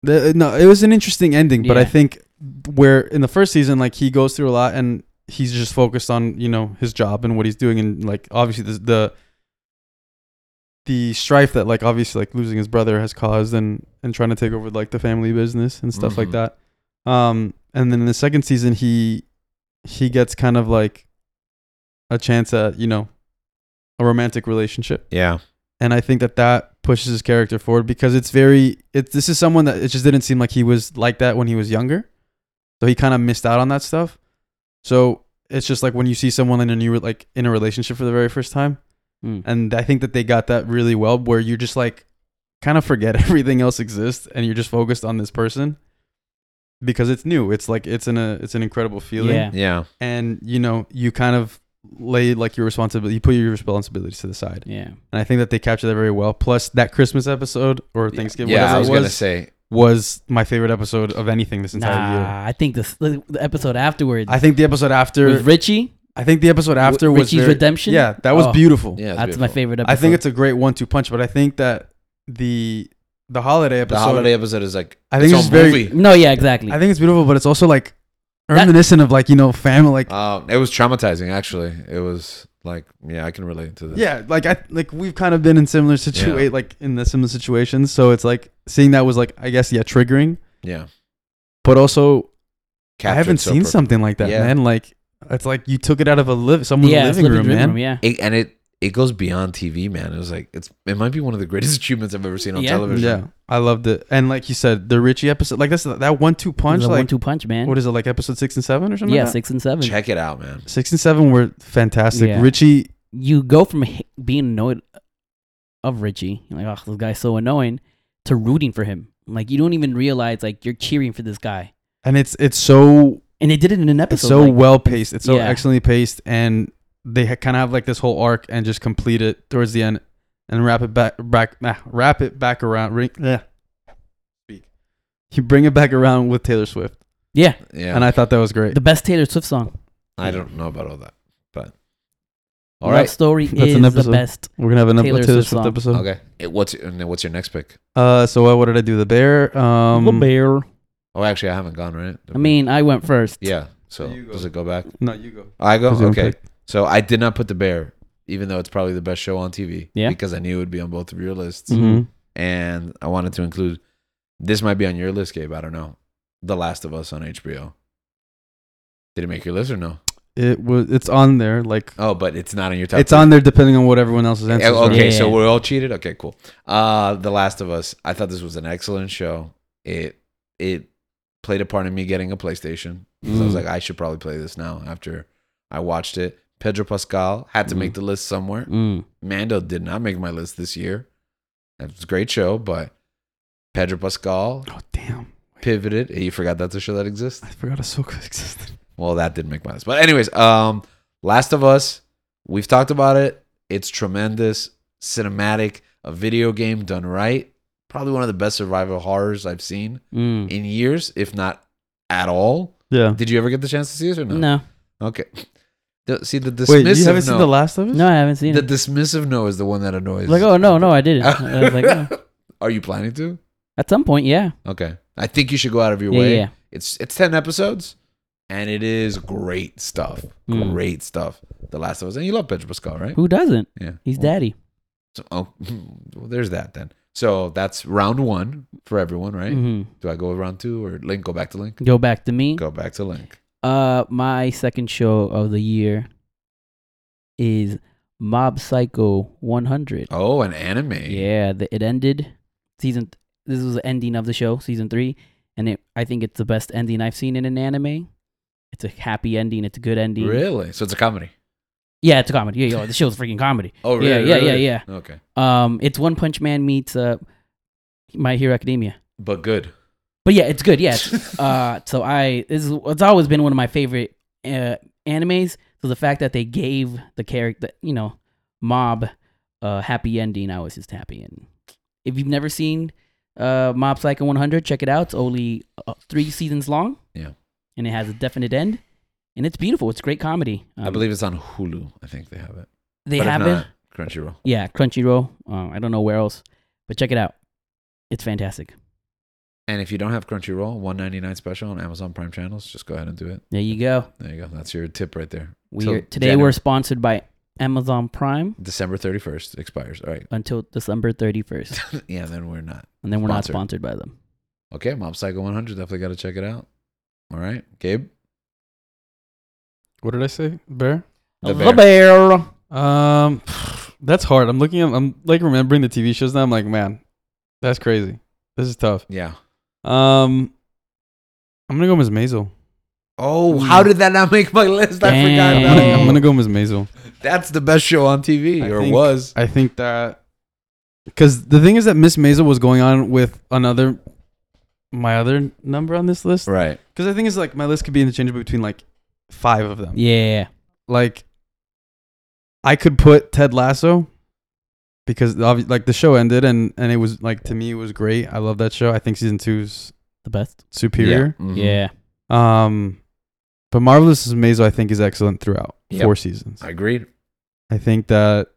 A: The, uh, no, it was an interesting ending, but I
B: Yeah.
A: think where in the first season, like he goes through a lot and he's just focused on you know his job and what he's doing, and like obviously the the, the strife that like obviously like losing his brother has caused and and trying to take over like the family business and stuff
C: Mhm.
A: like that. Um, and then in the second season, he he gets kind of like a chance at you know a romantic relationship
C: Yeah.
A: and I think that that pushes his character forward because it's very it. This is someone that it just didn't seem like he was like that when he was younger, so he kind of missed out on that stuff. So it's just like when you see someone in a new like in a relationship for the very first time,
B: Mm.
A: and I think that they got that really well, where you're just like kind of forget [laughs] everything else exists and you're just focused on this person because it's new. It's like it's an a, it's an incredible feeling
B: Yeah,
C: Yeah.
A: and you know you kind of lay like your responsibility you put your responsibilities to the side
B: yeah.
A: and i think that they captured that very well plus that christmas episode or thanksgiving
C: Yeah,
A: whatever
C: I was,
A: it
C: gonna
A: was,
C: say.
A: was my favorite episode of anything this entire year
B: Nah, I think this the the episode afterwards
A: i think the episode after
B: with Richie.
A: i think the episode after
B: Wi-
A: was
B: Richie's
A: very-
B: redemption?
A: yeah that was
B: Oh.
A: beautiful
C: Yeah, it's
B: That's my
C: beautiful.
B: favorite episode.
A: i think it's a great one-two punch but i think that the the holiday
C: The
A: episode
C: holiday episode is like
A: I think
C: its own
A: it's very-
C: movie.
B: no, yeah, exactly.
A: i think it's beautiful but it's also like
B: That-
A: reminiscent of like you know family like
C: Um, it was traumatizing. Actually, it was like, yeah, I can relate to this.
A: yeah like i like we've kind of been in similar situate
C: Yeah.
A: like in the similar situations so it's like seeing that was like i guess yeah triggering
C: yeah.
A: but also i
C: Captured
A: haven't
C: so
A: seen
C: perfect.
A: something like that
C: Yeah.
A: man like it's like you took it out of a live someone's
B: yeah, it's
A: living, room, man
B: yeah.
C: It, and it it goes beyond TV, man. It was like it's it might be one of the greatest [laughs] achievements I've ever seen on
B: Yeah.
C: television.
A: yeah i loved it and like you said the richie episode like that's that one-two punch
B: Punch,
A: like
B: one-two punch, man.
A: what is it like episode six and seven or something
B: yeah,
A: like that?
B: six and seven.
C: Check it out, man.
A: six and seven were fantastic
B: Yeah.
A: richie
B: you go from h- being annoyed of Richie, you're like, oh, this guy's so annoying, to rooting for him. Like, you don't even realize, like, you're cheering for this guy.
A: and it's it's so
B: and they did it in an
A: It's
B: episode.
A: so
B: like,
A: well paced. It's so
B: Yeah.
A: excellently paced, and they ha- kind of have like this whole arc and just complete it towards the end and wrap it back, back ah, wrap it back around. Ring, yeah. You bring it back around with Taylor Swift,
B: yeah,
C: Yeah.
A: and I thought that was great.
B: the best Taylor Swift song.
C: I don't know about all that. But all
B: Love
C: right.
B: Story
A: That's
B: is
A: an
B: the
A: episode.
B: best.
A: We're gonna have an
B: Taylor
A: Taylor, Taylor
B: Swift
A: Swift episode.
B: song.
C: Okay. It- what's and then what's your next pick?
A: Uh, so uh, what did I do? The bear. Um,
B: the bear.
C: Oh, actually, I haven't gone right.
B: I mean, I went first.
C: yeah. So
A: You go.
C: does it go back?
A: No, you go.
C: I go.
A: 'Cause you don't
C: Okay.
A: pick.
C: So I did not put the bear, even though it's probably the best show on TV.
B: Yeah.
C: Because I knew it would be on both of your lists,
A: Mhm.
C: and I wanted to include. This might be on your list, Gabe. I don't know. The Last of Us on HBO. Did it make your list or no?
A: It was. It's on there. Like
C: Oh, but it's not on your top.
A: it's on there, depending on what everyone else's
C: Yeah,
A: answers. are.
C: okay,
B: Yeah.
C: so we're all cheated. Okay, cool. Uh The Last of Us. I thought this was an excellent show. It it played a part in me getting a PlayStation. So I was
A: Mm.
C: like, I should probably play this now after I watched it. Pedro Pascal had to make
A: Mm-hmm.
B: Mm.
C: the list somewhere.
B: Mm.
C: Mando did not make my list this year. It was a great show, but Pedro Pascal
A: Oh damn!
C: pivoted. You forgot that's a show that exists.
A: I forgot Ahsoka existed.
C: Well, that didn't make my list. But anyways, um, Last of Us, we've talked about it. It's tremendous, cinematic, a video game done right. Probably one of the best survival horrors I've seen
B: Mm.
C: in years, if not at all.
A: Yeah.
C: Did you ever get the chance to see it or no?
B: No,
C: Okay. The- see the dismissive
A: Wait, you haven't
C: no.
A: seen the last of it?
B: no, I haven't seen
C: the
B: it.
C: dismissive no is the one that annoys.
B: Like,
C: [laughs]
B: oh no, no, I didn't. I was like, oh.
C: Are you planning to?
B: at some point, yeah,
C: Okay. I think you should go out of your
B: yeah,
C: way.
B: yeah.
C: It's it's ten episodes, and it is great stuff.
B: Mm.
C: Great stuff. The Last of Us, and you love Pedro Pascal, right?
B: Who doesn't?
C: Yeah,
B: He's
C: Well,
B: daddy.
C: so- oh, [laughs] well, there's that then. So that's round one for everyone, right?
B: Mhm.
C: Do I go with round two or Link? Go back to Link.
B: Go back to me.
C: Go back to Link.
B: Uh, my second show of the year is Mob Psycho 100.
C: Oh, an anime.
B: Yeah, the, it ended season. This was the ending of the show, season three, and it, I think it's the best ending I've seen in an anime. It's a happy ending. It's a good ending.
C: Really? So it's a comedy.
B: Yeah, it's a comedy. Yeah, yo, the show's freaking comedy.
C: Oh,
B: Yeah,
C: really?
B: yeah, yeah,
C: Really?
B: yeah.
C: Okay,
B: Um, it's One Punch Man meets uh, My Hero Academia.
C: but good.
B: But yeah, it's good. Yeah, it's-
C: [laughs]
B: uh, so I this is, it's always been one of my favorite uh, animes. So the fact that they gave the character, you know, Mob, a happy ending, I was just happy. And if you've never seen uh, Mob Psycho 100, check it out. It's only uh, three seasons long.
C: Yeah.
B: and it has a definite end, and it's beautiful. It's great comedy.
C: I
B: Um,
C: believe it's on Hulu. I think they have it.
B: they
C: But if
B: have it.
C: not, Crunchyroll.
B: Yeah, Crunchyroll. Uh, I don't know where else, but check it out. It's fantastic.
C: And if you don't have Crunchyroll, one ninety nine special on Amazon Prime channels. Just go ahead and do it.
B: There you go.
C: There you go. That's your tip right there.
B: We
C: Till
B: are, today
C: January-
B: we're sponsored by Amazon Prime
C: December 31st expires. All right.
B: until December 31st,
C: yeah, then we're not.
B: and then we're not
C: Sponsored.
B: sponsored by them.
C: Okay, Mob Psycho 100. Definitely got to check it out. All right, Gabe.
A: What did I say? Bear?
C: The
B: The
C: bear.
B: bear.
A: Um, [sighs] that's hard. I'm looking at. I'm like remembering the TV shows now. I'm like, man, that's crazy. This is tough.
C: Yeah.
A: Um, I'm gonna go Ms. Maisel.
C: Oh,
B: Mm.
C: how did that not make my list? I forgot
B: Damn.
C: about it.
A: I'm gonna go Ms. Maisel.
C: That's the best show on TV,
A: I
C: or
A: think-
C: was.
A: I think that because the thing is that Miss Maisel was going on with another my other number on this list
C: Right.
A: because I think it's like my list could be interchangeable between like five of them.
B: Yeah,
A: like I could put Ted Lasso because obvi- like the show ended and and it was like to me it was great. I love that show. I think season two's
B: the best.
A: superior.
C: Yeah. Mhm.
B: Yeah,
A: Um, but Marvelous is Maisel I think is excellent throughout
C: Yep.
A: four seasons.
C: I agreed.
A: I think that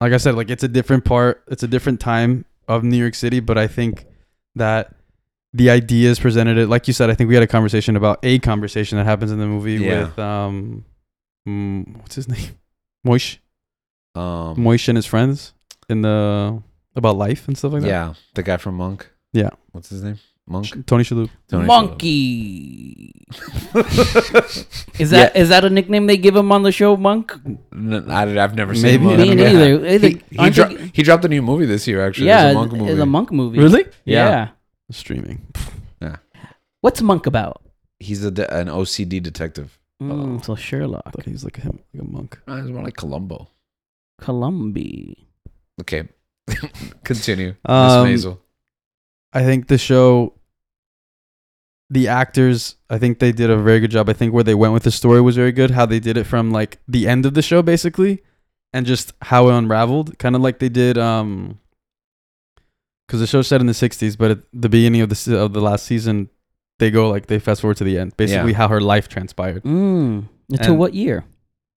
A: like I said, like it's a different part, it's a different time of New York City, but I think that the ideas presented it like you said, I think we had a conversation about a conversation that happens in the movie
C: Yeah.
A: with um mm, what's his name? [laughs] Moish.
C: Um,
A: Moish and his friends in the about life and stuff like that.
C: yeah, the guy from Monk.
A: Yeah.
C: What's his name? Monk.
A: Tony Shalhoub.
C: Tony
B: monkey.
C: Shalhoub.
B: Is that is that a nickname they give him on the show, Monk?
C: No, I, have never
A: Maybe.
C: seen Monk.
A: Me
C: Yeah.
B: neither. I think-
C: He, he,
B: aren't
C: dro-
B: they-
C: he dropped a new movie this year, actually.
B: yeah,
C: There's a Monk movie.
B: it's a Monk movie. Yeah.
A: Yeah. Streaming.
B: What's Monk about?
C: He's a de- an OCD detective. Oh.
B: Mm, so Sherlock,
A: I thought he was like him, like a monk.
C: Uh, It's more like Columbo.
B: Columbi.
C: Okay. [laughs] Continue. Miss
A: Um,
C: Maisel.
A: I think the show the actors, I think they did a very good job. I think where they went with the story was very good. How they did it from like the end of the show basically, and just how it unraveled, kind of like they did. Um, because the show set in the '60s, but at the beginning of the se- of the last season, they go like they fast forward to the end, basically how her life transpired.
B: Mm. Until
A: And-
B: what year?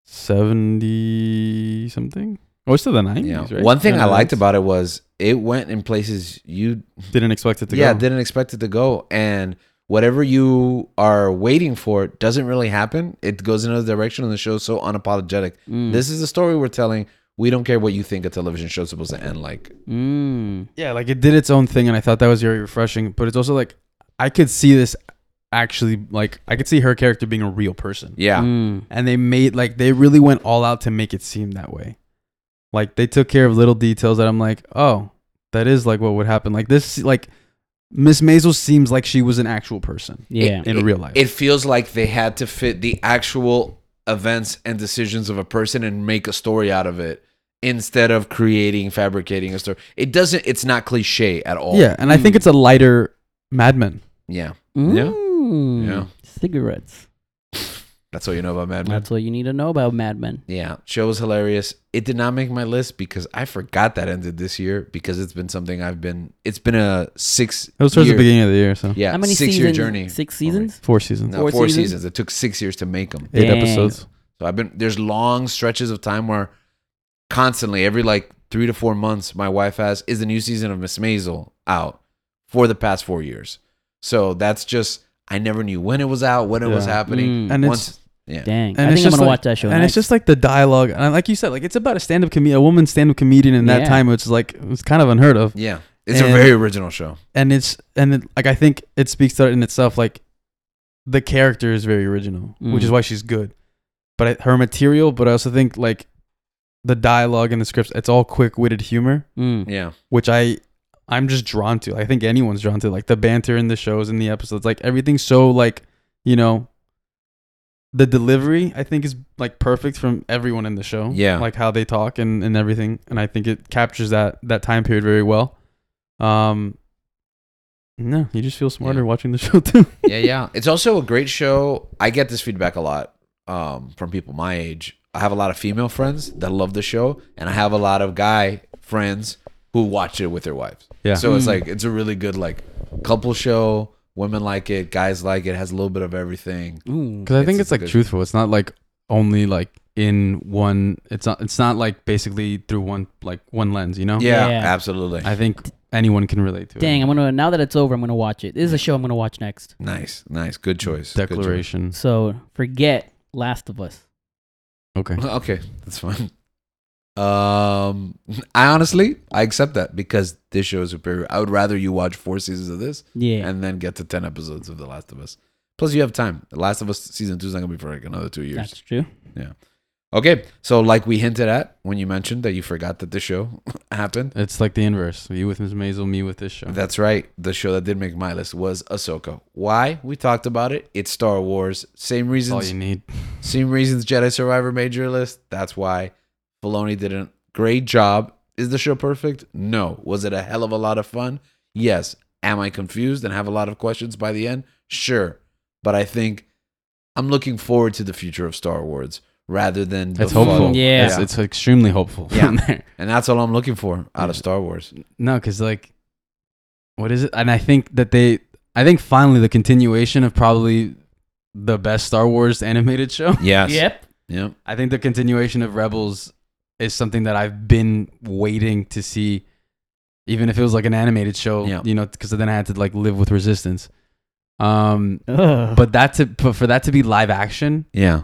A: Seventy something. Oh, it's to the nineties,
C: Yeah.
A: right?
C: One thing I liked
A: about.
C: about it was it went in places you
A: didn't expect it to
C: yeah
A: go.
C: didn't expect it to go, and whatever you are waiting for doesn't really happen. It goes in another direction, and the show's so unapologetic.
A: Hmm.
B: Mm.
C: This is the story we're telling. We don't care what you think a television show's supposed to end like.
B: Mm.
A: yeah, like it did its own thing, and I thought that was very refreshing. But it's also like I could see this actually, like I could see her character being a real person,
C: Yeah,
B: Mm.
A: and they made like they really went all out to make it seem that way. Like they took care of little details that I'm like, oh, that is like what would happen. Like this, like Miss Maisel seems like she was an actual person
B: Yeah.
A: in real life.
C: it feels like they had to fit the actual events and decisions of a person and make a story out of it instead of creating fabricating a story it doesn't it's not cliche at all
A: yeah, and I think
B: Mm.
A: it's a lighter Mad Men.
C: yeah Yeah.
B: Mm.
C: Yeah.
B: Cigarettes.
C: that's all you know about mad men
B: That's all you need to know about Mad Men.
C: yeah show was hilarious it did not make my list because i forgot that ended this year because it's been something i've been it's been a six
A: It was towards
C: year,
A: the beginning of the year, so
C: yeah
B: How many
C: six
B: seasons?
C: year journey
B: Six seasons.
A: four seasons,
C: no,
B: Four
C: four,
B: seasons?
C: seasons? it took six years to make them
A: eight
B: Dang.
A: episodes.
C: so i've been there's long stretches of time where constantly every like three to four months my wife has is the new season of miss mazel out for the past four years so that's just i never knew when it was out when it was
A: Yeah.
C: happening
B: Mm.
A: And it's-
C: once yeah
B: Dang.
A: and
B: I
A: it's
B: think I'm
A: just
B: gonna
A: like-
B: watch that show.
A: and
B: next.
A: it's just like the dialogue, and like you said, like it's about a stand-up comedian, a woman stand-up comedian in that
B: Yeah.
A: time, which is like it was kind of unheard of.
C: yeah it's a
A: And-
C: very original show
A: And it's and it, like I think it speaks to it in itself. Like the character is very original, which is
B: Mm.
A: why she's good. But I, her material, but I also think like the dialogue and the scripts, it's all quick-witted humor, [laughs]
B: Mm.
C: yeah
A: which I I'm just drawn to. I think anyone's drawn to like the banter in the shows in the episodes, like everything's so like you know. The delivery, I think, is like perfect from everyone in the show.
C: Yeah.
A: like how they talk and, and everything, and I think it captures that that time period very well. Um, no, you just feel smarter
C: Yeah.
A: watching the [laughs] show too.
C: yeah, yeah. It's also a great show. I get this feedback a lot um, from people my age. I have a lot of female friends that love the show, and I have a lot of guy friends who watch it with their wives.
A: Yeah. [laughs]
C: So it's
B: Mm.
C: like it's a really good like couple show. Women like it, guys like it. Has a little bit of everything.
B: Ooh.
A: Because I think
C: It's- it's
A: it's,
C: a
A: like
C: good-
A: truthful. It's not like only like in one. It's not. It's not like basically through one like one lens. You know.
C: Yeah,
B: Yeah.
C: absolutely.
A: I think anyone can relate to
B: Dang,
A: it.
B: I'm gonna now that it's over, I'm gonna watch it. This is a show I'm gonna watch next.
C: nice, nice. Good choice. Good choice.
A: Declaration.
B: So forget Last of Us.
C: [laughs]
A: Okay.
C: [laughs] Okay, that's fine. Um, I honestly I accept that because this show is superior. I would rather you watch four seasons of this
B: Yeah.
C: and then get to 10 episodes of The Last of Us. Plus, you have time. The Last of Us season two is not going to be for like another two years.
B: that's true.
C: okay. So, like we hinted at when you mentioned that you forgot that the show [laughs] happened.
A: It's like the inverse. You with Ms. Maisel, me with this show.
C: That's right. The show that did make my list was Ahsoka. Why? We talked about it. It's Star Wars. Same
A: That's all Oh,
C: reasons.
A: you need.
C: Same reasons Jedi Survivor made your list. That's why Filoni did a great job. Is the show perfect? No. Was it a hell of a lot of fun? Yes. Am I confused and have a lot of questions by the end? Sure. But I think I'm looking forward to the future of Star Wars rather than
A: It's
C: befuddled.
A: hopeful.
B: Yeah.
A: It's, it's extremely hopeful.
C: Yeah.
A: from there. [laughs]
C: And that's all I'm looking for out
A: Mm.
C: of Star Wars.
A: No, because like, what is it? And I think that they, I think finally the continuation of probably the best Star Wars animated show. [laughs]
C: Yes.
B: Yep.
C: Yep.
A: I think the continuation of Rebels is something that I've been waiting to see, even if it was like an animated show.
C: Yeah.
A: You know, because then I had to like live with Resistance. Um,
B: Ugh.
A: but that to but for that to be live action
C: Yeah.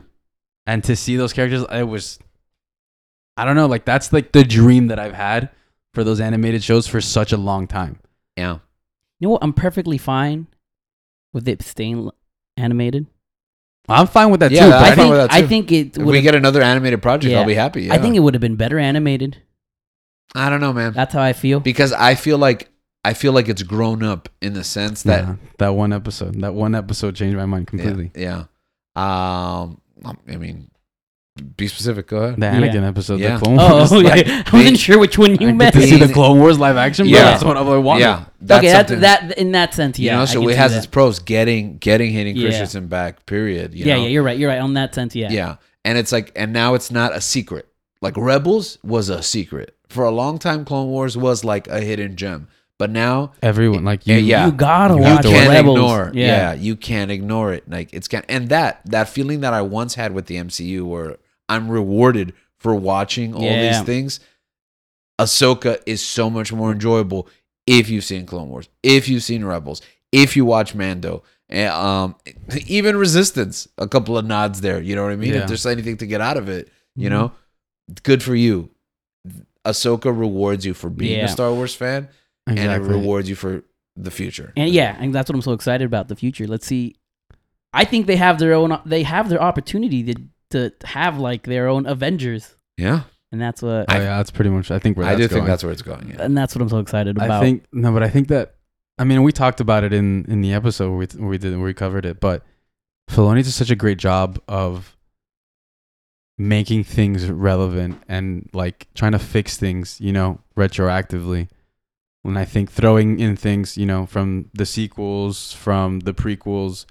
A: and to see those characters, it was, I don't know, like that's like the dream that I've had for those animated shows for such a long time.
C: Yeah.
B: you know what? I'm perfectly fine with it staying l- animated.
A: I'm fine with that
C: Yeah,
A: too. But
C: Uh, I
A: I
B: I
A: think
B: think
C: with that
B: I
C: too.
B: think it
C: If we
B: would.
C: get another animated project,
B: Yeah.
C: I'll be happy. Yeah.
B: I think it would have been better animated.
C: I don't know, man.
B: That's how I feel.
C: because I feel like I feel like it's grown up in the sense that
A: Nah, that one episode, that one episode changed my mind completely.
C: Yeah. yeah. Um, I mean, Be specific. Go ahead.
A: The
B: Yeah.
A: Anakin episode,
C: Yeah.
A: the Clone
C: [laughs]
A: Wars.
B: [laughs] Oh, yeah.
A: like,
B: [laughs] I wasn't sure which one you
A: I get
B: meant.
A: to
B: [laughs]
A: see the
C: Being-
A: Clone Wars live action, but
C: Yeah.
A: that's what I wanted.
C: yeah.
B: okay, that's
C: something-
B: that in that sense.
C: You
B: Yeah,
C: know,
B: I
C: so
B: can
C: it
B: see
C: has
B: that.
C: its pros getting getting hitting
B: Yeah.
C: Christensen back. Period. You
B: yeah,
C: know?
B: yeah, you're right. You're right on that sense. Yeah,
C: Yeah. And it's like, and now it's not a secret. Like Rebels was a secret. For a long time, Clone Wars was like a hidden gem. But now
A: Everyone, like you,
C: Yeah, yeah.
B: you gotta
A: You
B: watch
A: have to
C: can't
B: Rebels.
C: ignore. Yeah.
B: Yeah.
C: you can't ignore it. Like it's can and that that feeling that I once had with the MCU where I'm rewarded for watching all
B: Yeah.
C: these things. Ahsoka is so much more enjoyable if you've seen Clone Wars, if you've seen Rebels, if you watch Mando, and, um, [laughs] even Resistance. A couple of nods there. You know what I mean?
A: Yeah.
C: If there's anything to get out of it, you know, good for you. Ahsoka rewards you for being
B: Yeah.
C: a Star Wars fan, and it
A: exactly.
C: rewards you for the future.
B: and yeah, and that's what I'm so excited about the future. Let's see. I think they have their own. They have their opportunity to to have like their own Avengers,
C: Yeah.
B: and that's what.
A: Oh, yeah, that's pretty much. I think where
C: I
A: that's
C: do
A: going.
C: think that's where it's going. Yeah.
B: and that's what I'm so excited about.
A: I think no, but I think that I mean we talked about it in in the episode where we, where we did where we covered it, but Filoni does such a great job of making things relevant and like trying to fix things, you know, retroactively. And I think throwing in things, you know, from the sequels, from the prequels,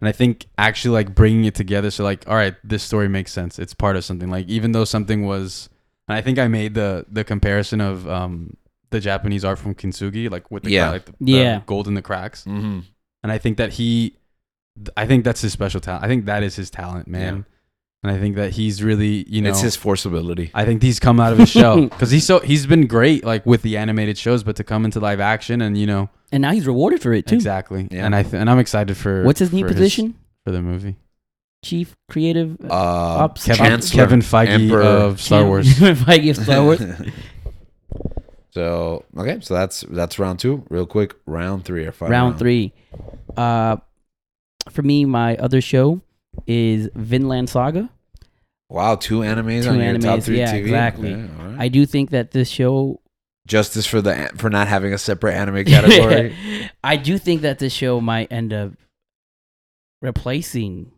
A: and I think actually like bringing it together. So like, all right, this story makes sense. It's part of something. Like even though something was, and I think I made the the comparison of um the Japanese art from Kintsugi, like with the
C: Yeah.
A: like the, the
B: Yeah.
A: gold in the cracks.
C: Mm-hmm.
A: And I think that he, th- I think that's his special talent. I think that is his talent, man. And I think that he's really, you know,
C: it's his forceability.
A: I think he's come out of his
B: [laughs]
A: shell because he's so he's been great like with the animated shows, but to come into live action and you know
B: and now he's rewarded for it too.
A: exactly.
C: Yeah.
A: And I th- and I'm excited for
B: What's his new
A: for his-
B: position?
A: for the movie.
B: Chief Creative
C: Uh,
B: Ops-
A: Kevin,
C: Chancellor, [laughs]
A: Kevin Feige
C: Emperor.
A: of Star
B: Chan- [laughs]
A: Wars.
B: Feige of Star
A: [laughs]
B: Wars.
C: so okay, so that's that's round two. Real quick, round three or five.
B: round three. Uh, for me, my other show is Vinland Saga.
C: Wow, two animes
B: Two
C: on your top
B: animes,
C: three
B: yeah,
C: TV.
B: exactly.
C: Yeah, all right.
B: I do think that this show.
C: Justice for the an- for not having a separate
B: [laughs]
C: anime category.
B: I do think that this show might end up replacing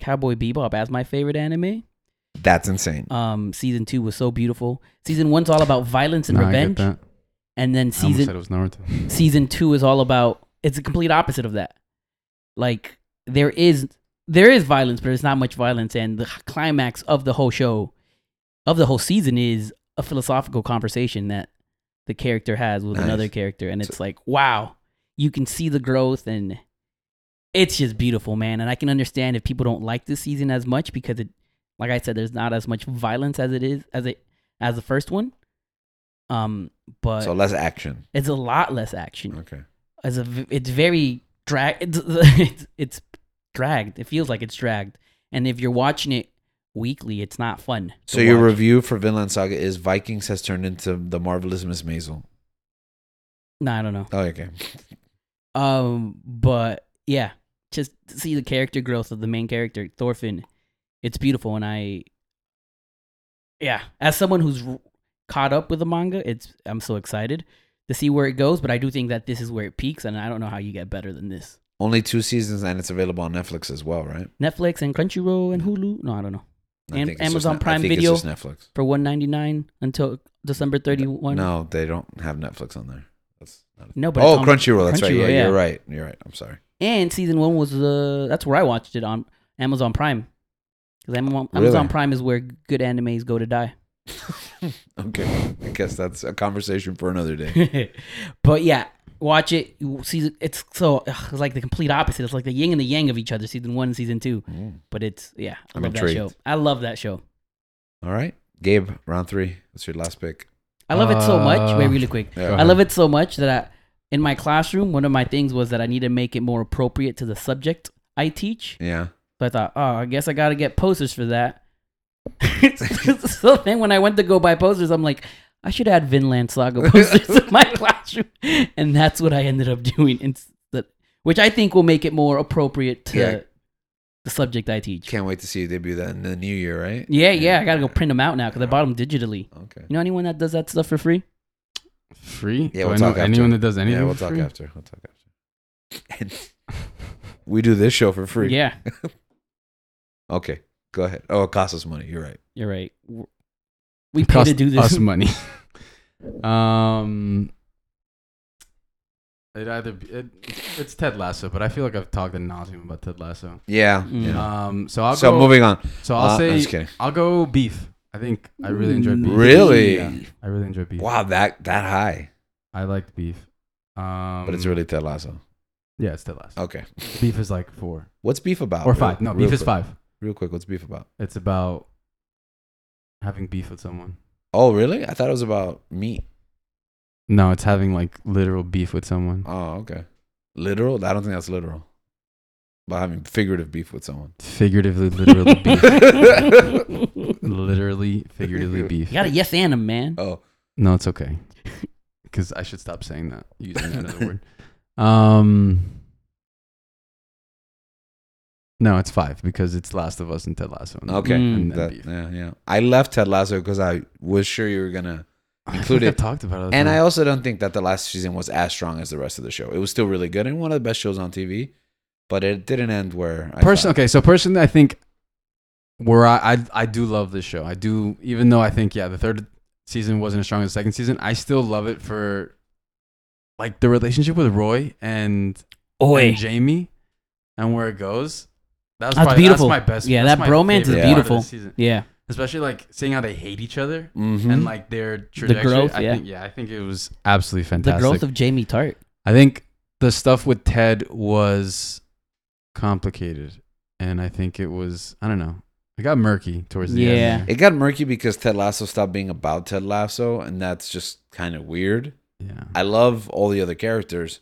B: Cowboy Bebop as my favorite anime.
C: that's insane.
B: Um, season two was so beautiful. Season one's all about violence and
A: Nah, I get
B: revenge,
A: that.
B: and
A: I
B: then
A: almost
B: season
A: said it was Naruto.
B: season two is all about it's the complete opposite of that like there is there is violence but it's not much violence and the climax of the whole show of the whole season is a philosophical conversation that the character has with
C: Nice.
B: another character and it's
C: So-
B: like wow you can see the growth and it's just beautiful man and i can understand if people don't like this season as much because it like i said there's not as much violence as it is as it as the first one um but
C: so less action.
B: it's a lot less action.
C: Okay.
B: It's a v- it's very drag. [laughs] It's, it's it's dragged. It feels like it's dragged. And if you're watching it weekly, it's not fun. to
C: So your
B: watch.
C: review for Vinland Saga is Vikings has turned into the marvelous Miss Maisel.
B: no, I don't know.
C: Oh, okay.
B: Um, but yeah, just to see the character growth of the main character Thorfinn. It's beautiful, and I, yeah, as someone who's r- caught up with the manga, it's I'm so excited to see where it goes. But I do think that this is where it peaks, and I don't know how you get better than this.
C: Only two seasons, and it's available on Netflix as well, right?
B: Netflix and Crunchyroll and Hulu. No, I don't know. And
C: it's just
B: Amazon
C: Net-
B: Prime
C: I think
B: Video.
C: It's just Netflix.
B: for one ninety nine until December thirty one.
C: No, they don't have Netflix on there. That's not
B: no, but
C: oh,
B: it's on-
C: Crunchyroll. That's right. Yeah,
B: Crunchyroll,
C: you're
B: yeah.
C: right. You're right. I'm sorry. [laughs]
B: And season one was the that's where I watched it on Amazon Prime because Amazon,
C: Really?
B: Amazon Prime is where good animes go to die. [laughs]
C: okay, I guess that's a conversation for another day.
B: [laughs] but yeah, watch it. You Season it's so ugh, it's like the complete opposite. It's like the yin and the yang of each other. Season one and season two.
C: Mm.
B: But it's yeah, I
C: I'm
B: love that
C: intrigued.
B: show. I love that show.
C: All right, Gabe, round three. What's your last pick?
B: I love it so much. Wait,
A: Uh,
B: really quick.
C: Yeah.
B: I love it so much that I, in my classroom, one of my things was that I need to make it more appropriate to the subject I teach.
C: Yeah.
B: So I thought, oh, I guess I gotta get posters for that. [laughs] so then when I went to go buy posters, I'm like, I should add Vinland Saga posters in my [laughs] classroom, and that's what I ended up doing. Instead, which I think will make it more appropriate to
C: Yeah.
B: the subject I teach.
C: Can't wait to see you debut that in the new year, right?
B: Yeah, yeah, I gotta go print them out now because I bought them digitally.
C: Okay.
B: You know anyone that does that stuff for free?
A: free?
C: Yeah, we'll
A: Do I know
C: talk after.
A: anyone that does anything.
C: yeah, we'll
A: for
C: talk
A: free?
C: after. We'll talk [laughs] after. we do this show for free.
B: Yeah.
C: Okay. Go ahead. Oh, it costs us money. You're right.
B: You're right. W- We pay to
A: cost
B: do this.
A: us money. [laughs] um, it either be, it, it's Ted Lasso, but I feel like I've talked ad nauseum about Ted Lasso.
C: Yeah.
B: Mm.
C: yeah.
A: Um, so I'll
C: so
A: go.
C: moving on.
A: so I'll
C: Uh, I'm
A: say
C: just kidding.
A: I'll go beef. I think I really enjoyed beef.
C: Mm, Really?
A: Yeah, I really enjoyed beef.
C: Wow, that that high.
A: I liked beef. Um,
C: But it's really Ted Lasso.
A: yeah, it's Ted Lasso.
C: Okay.
A: Beef is like four
C: What's beef about?
A: or
C: Real-
A: five. No,
C: real
A: beef is
C: quick.
A: five.
C: Real quick, what's beef about?
A: It's about having beef with someone.
C: Oh, really? I thought it was about meat.
A: No, it's having like literal beef with someone.
C: Oh, okay. Literal? I don't think that's literal. But having figurative beef with someone.
A: Figuratively,
B: [laughs]
A: literally beef.
C: [laughs] beef.
A: Literally, figuratively beef.
B: You got a yes and a man.
A: Mm.
C: Oh,
A: No, it's okay. Because I should stop saying that, using that
C: [laughs]
A: as a word. Um, no, it's five because it's Last of Us and Ted Lasso. And
C: okay.
B: Mm.
A: And then
C: That-
A: beef.
C: yeah, yeah. I left Ted Lasso because I was sure you were gonna.
A: I think
C: Included.
A: I've talked about it. other
C: And I
A: times.
C: also don't think that the last season was as strong as the rest of the show. It was still really good and one of the best shows on TV, but it didn't end where. I
A: person.
C: thought.
A: Okay, so personally, I think where I, I I do love this show. I do, even though I think yeah, the third season wasn't as strong as the second season. I still love it for like the relationship with Roy and,
C: uh,
A: and Jamie and where it goes. That was
B: That's
A: probably,
B: beautiful.
A: That's my best.
B: Yeah,
A: that's
B: that
A: my
B: bromance is
A: favorite part of
B: beautiful.
A: this season.
B: Yeah.
A: especially like seeing how they hate each other
C: Mhm.
A: and like their trajectory.
B: Mm-hmm. growth,
A: I
B: yeah.
A: think yeah, I think it was absolutely
B: The
A: fantastic.
B: growth of Jamie Tart.
A: I think the stuff with Ted was complicated, and I think it was I don't know. It got murky towards the
B: Yeah.
A: end.
C: it got murky because Ted Lasso stopped being about Ted Lasso, and that's just kind of weird.
A: there. Yeah,
C: I love all the other characters.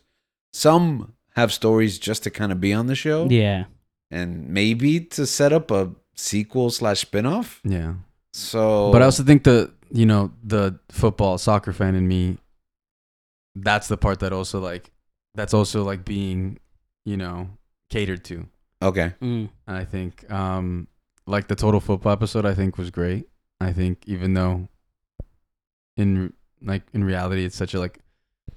C: Some have stories just to kind of be on the show,
B: Yeah.
C: and maybe to set up a sequel slash spinoff.
A: yeah.
C: So,
A: But I also think the you know the football soccer fan in me. That's the part that also like that's also like being you know catered to.
C: okay,
B: Mm.
A: And I think um like the total football episode I think was great. I think even though in like in reality it's such a like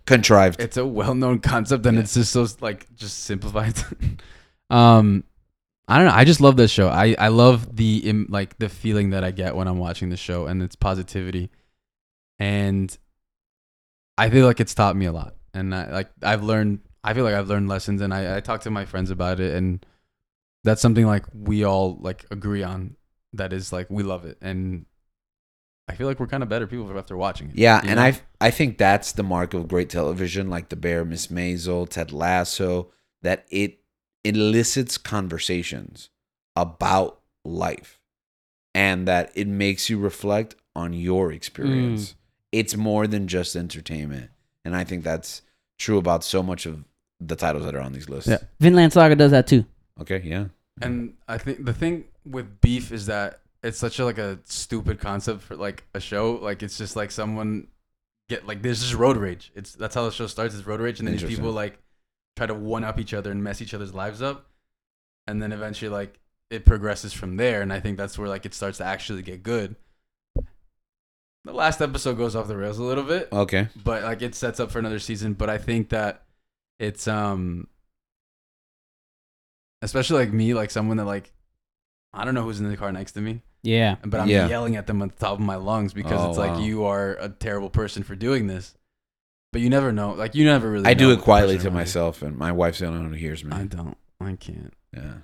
C: contrived.
A: it's a well-known concept and
C: Yeah.
A: it's just so like just simplified. [laughs] um I don't know. I just love this show. I I love the im- like the feeling that I get when I'm watching the show and its positivity. And I feel like it's taught me a lot. And I like I've learned I feel like I've learned lessons and I I talk to my friends about it and that's something like we all like agree on that is like we love it and I feel like we're kind of better people after watching it.
C: Yeah,
A: you
C: and
A: know?
C: I I think that's the mark of great television, like The Bear, Miss Maisel, Ted Lasso, that it elicits conversations about life, and that it makes you reflect on your
A: Mm.
C: experience. It's more than just entertainment, and I think that's true about so much of the titles that are on these lists.
A: Yeah.
B: Vinland Saga does that too.
C: Okay. Yeah.
A: And I think the thing with beef is that it's such a, like a stupid concept for like a show. Like it's just like someone get like there's just road rage. It's that's how the show starts. It's road rage, and then these
C: Interesting.
A: people like try to one up each other and mess each other's lives up, and then eventually like it progresses from there. And I think that's where like it starts to actually get good. The last episode goes off the rails a little bit
C: Okay.
A: but like it sets up for another season. But I think that it's um, especially like me, like someone that like I don't know who's in the car next to me,
B: Yeah.
A: but I'm
C: Yeah.
A: yelling at them at the top of my lungs because
C: Oh,
A: it's like
C: wow.
A: you are a terrible person for doing this. But you never know, like you never really.
C: I
A: know
C: do
A: what
C: it
A: the
C: quietly to
A: person really-
C: myself, and my wife's the only one who hears me.
A: I don't. I can't.
C: yeah.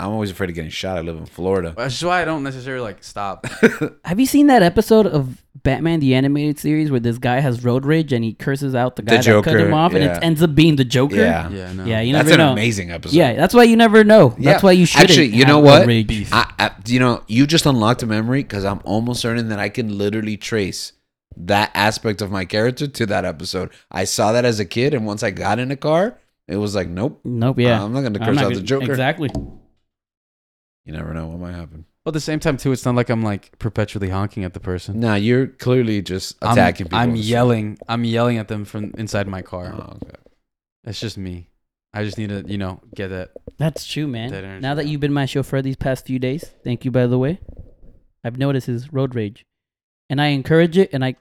C: I'm always afraid of getting shot. I live in Florida.
A: That's why I don't necessarily like stop.
C: [laughs]
B: Have you seen that episode of Batman the animated series where this guy has road rage and he curses out the
C: The
B: guy that cut
C: Joker,
B: him off and it
C: yeah.
B: ends up being the Joker?
C: yeah.
A: [laughs] yeah, no.
B: Yeah, you
C: That's
B: never
C: an
B: know.
C: amazing episode.
B: Yeah, that's why you never know. That's
C: Yeah.
B: why you shouldn't.
C: Actually, you
B: have
C: know what?
B: road rage.
A: beef.
C: I, I, you know, you just unlocked a memory because I'm almost certain that I can literally trace that aspect of my character to that episode. I saw that as a kid, and once I got in a car, it was like, nope,
B: Nope. Yeah.
C: I'm not going to
B: I'm
C: curse
B: not
C: out Um, the
B: gonna-
C: Joker.
B: Exactly.
C: You never know what might
B: [laughs]
C: happen.
A: But at the same time, too, it's not like I'm like perpetually honking at the person.
C: Nah, you're clearly just
A: I'm-
C: attacking people.
A: I'm
C: on the street.
A: yelling. I'm yelling at them from inside my car.
C: Oh, okay.
A: That's just me. I just need to, you know, get that. [laughs]
B: That's true, man.
A: That energy,
B: now that
A: yeah.
B: you've been my chauffeur these past few days, thank you, by the way. I've noticed his road rage, and I encourage it,
C: [laughs]
B: and I,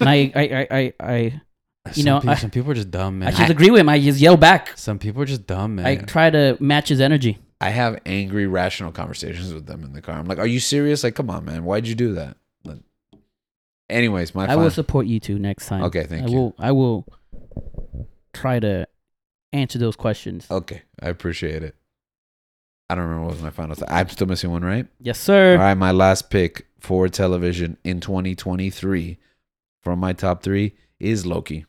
B: and I, I, I, I, I, You
A: some
B: know,
A: people,
B: I-
A: some people are just dumb,
B: I
A: man.
B: just agree with him. I just yell back.
A: some people are just dumb, man.
B: I try to match his energy.
C: I have angry, rational conversations with them in the car. I'm like, "Are you serious? Like, come on, man, why'd you do that?" Like, anyways, my
B: I will
C: final-
B: support you two next time.
C: okay, thank
B: I
C: you.
B: will. I will try to answer those questions.
C: Okay, I appreciate it. I don't remember what was my final. Th- I'm still missing one, right?
B: Yes, sir.
C: All right, my last pick for television in 2023 from my top three is Loki.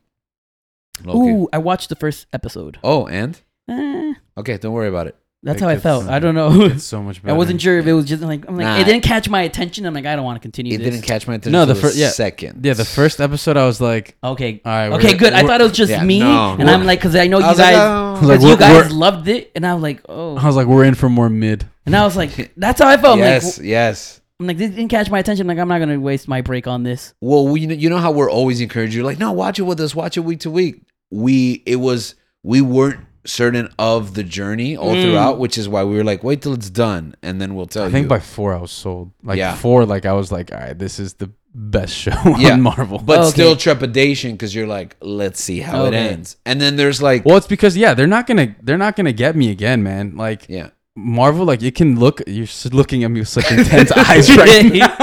C: Loki.
B: Ooh, I watched the first episode.
C: Oh, and
B: Eh,
C: okay, don't worry about it.
B: that's
A: It
B: how I
A: gets-
B: felt. I don't
A: It's
B: know.
A: so much
B: [laughs] I
A: better.
B: wasn't sure if it was just like I'm like
C: Nah.
B: it didn't catch my attention. I'm like I don't want to continue.
C: It
B: this.
C: didn't catch my attention.
A: No, the
C: till
A: fir- yeah.
C: second.
A: Yeah, the first episode, I was like,
B: Okay.
A: all right.
B: Okay,
A: we're-
B: good. I
A: we're-
B: thought it was just
C: yeah,
B: me,
C: no,
B: and
C: we're-
B: I'm like, because I know
C: I
B: you
C: was like,
B: guys,
C: "Oh."
A: Like,
B: because you
A: we're-
B: guys
A: we're-
B: loved it, and I'm like,
A: I
C: [laughs]
B: oh,
A: was like, we're in for more mid.
B: and I was like, that's how I felt. I'm
C: yes,
B: like,
C: yes.
B: I'm like, this didn't catch my attention. I'm like, I'm not gonna waste my break on this.
C: Well, we, you know how we're always encouraged you, like, no, watch it with us, watch it week to week. We it was we weren't certain of the journey all
B: Mm.
C: throughout, which is why we were like, wait till it's done, and then we'll tell
A: I think
C: you.
A: by four, I was sold. Like
C: Yeah.
A: four, like I was like, all right, this is the best [laughs] show
C: Yeah.
A: on Marvel.
C: but
B: Okay.
C: still trepidation because you're like, let's see how
B: Okay.
C: it ends, and then there's like,
A: well, it's because yeah, they're not gonna they're not gonna get me again, man. Like
C: yeah,
A: Marvel, like it can look. You're s- looking at me
C: [laughs]
A: with such intense eyes right now.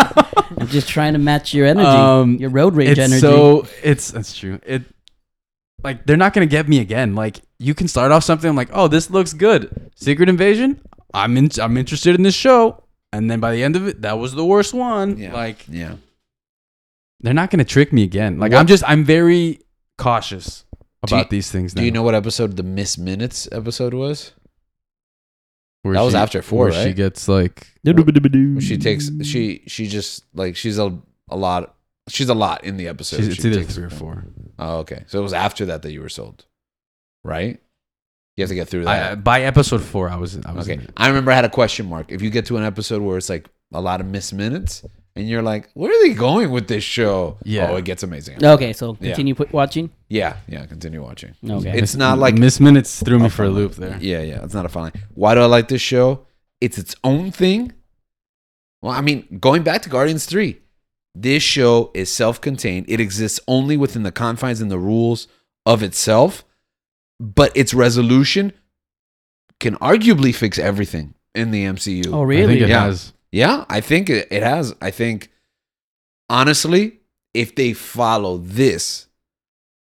B: I'm just trying to match your energy,
A: Um,
B: your road rage
A: it's
B: energy.
A: so it's that's true. It like they're not gonna get me again. Like you can start off something. I'm like, oh, this looks good. Secret Invasion. I'm in, I'm interested in this show. And then by the end of it, that was the worst one.
C: yeah,
A: Like
C: yeah.
A: they're not gonna trick me again. Like
C: What-
A: I'm just I'm very cautious
C: Do
A: about
C: you-
A: these things. Now.
C: Do you know what episode the Miss Minutes episode was?
A: Where
C: that was after four,
A: where She
C: right?
A: gets like
C: She takes she she just like she's a a lot. She's a lot in the episode.
A: she's, it's
C: She
A: either
C: takes-
A: three or four.
C: Oh, okay. So it was after that that you were sold, right? You have to get through
A: I,
C: that.
A: by episode four, I was I was in
C: okay.
A: it.
C: I remember I had a question mark. If you get to an episode where it's like a lot of missed minutes, and you're like, "Where are they going with this show?"
A: Yeah.
C: Oh, it gets amazing.
B: okay, so
C: Yeah.
B: continue put watching.
C: Yeah. Yeah. Continue watching.
B: Okay.
C: It's not like-
A: Miss Minutes threw me
C: I'll
A: for a
C: find
A: loop
C: out.
A: there.
C: Yeah, yeah. It's not a fine line. Why do I like this show? It's its own thing. Well, I mean, going back to Guardians 3, this show is self contained. It exists only within the confines and the rules of itself, but its resolution can arguably fix everything in the MCU.
B: Oh,
A: I think
B: really?
A: it
C: Yeah.
A: has.
C: Yeah, I think it, it has. I think, honestly, if they follow this,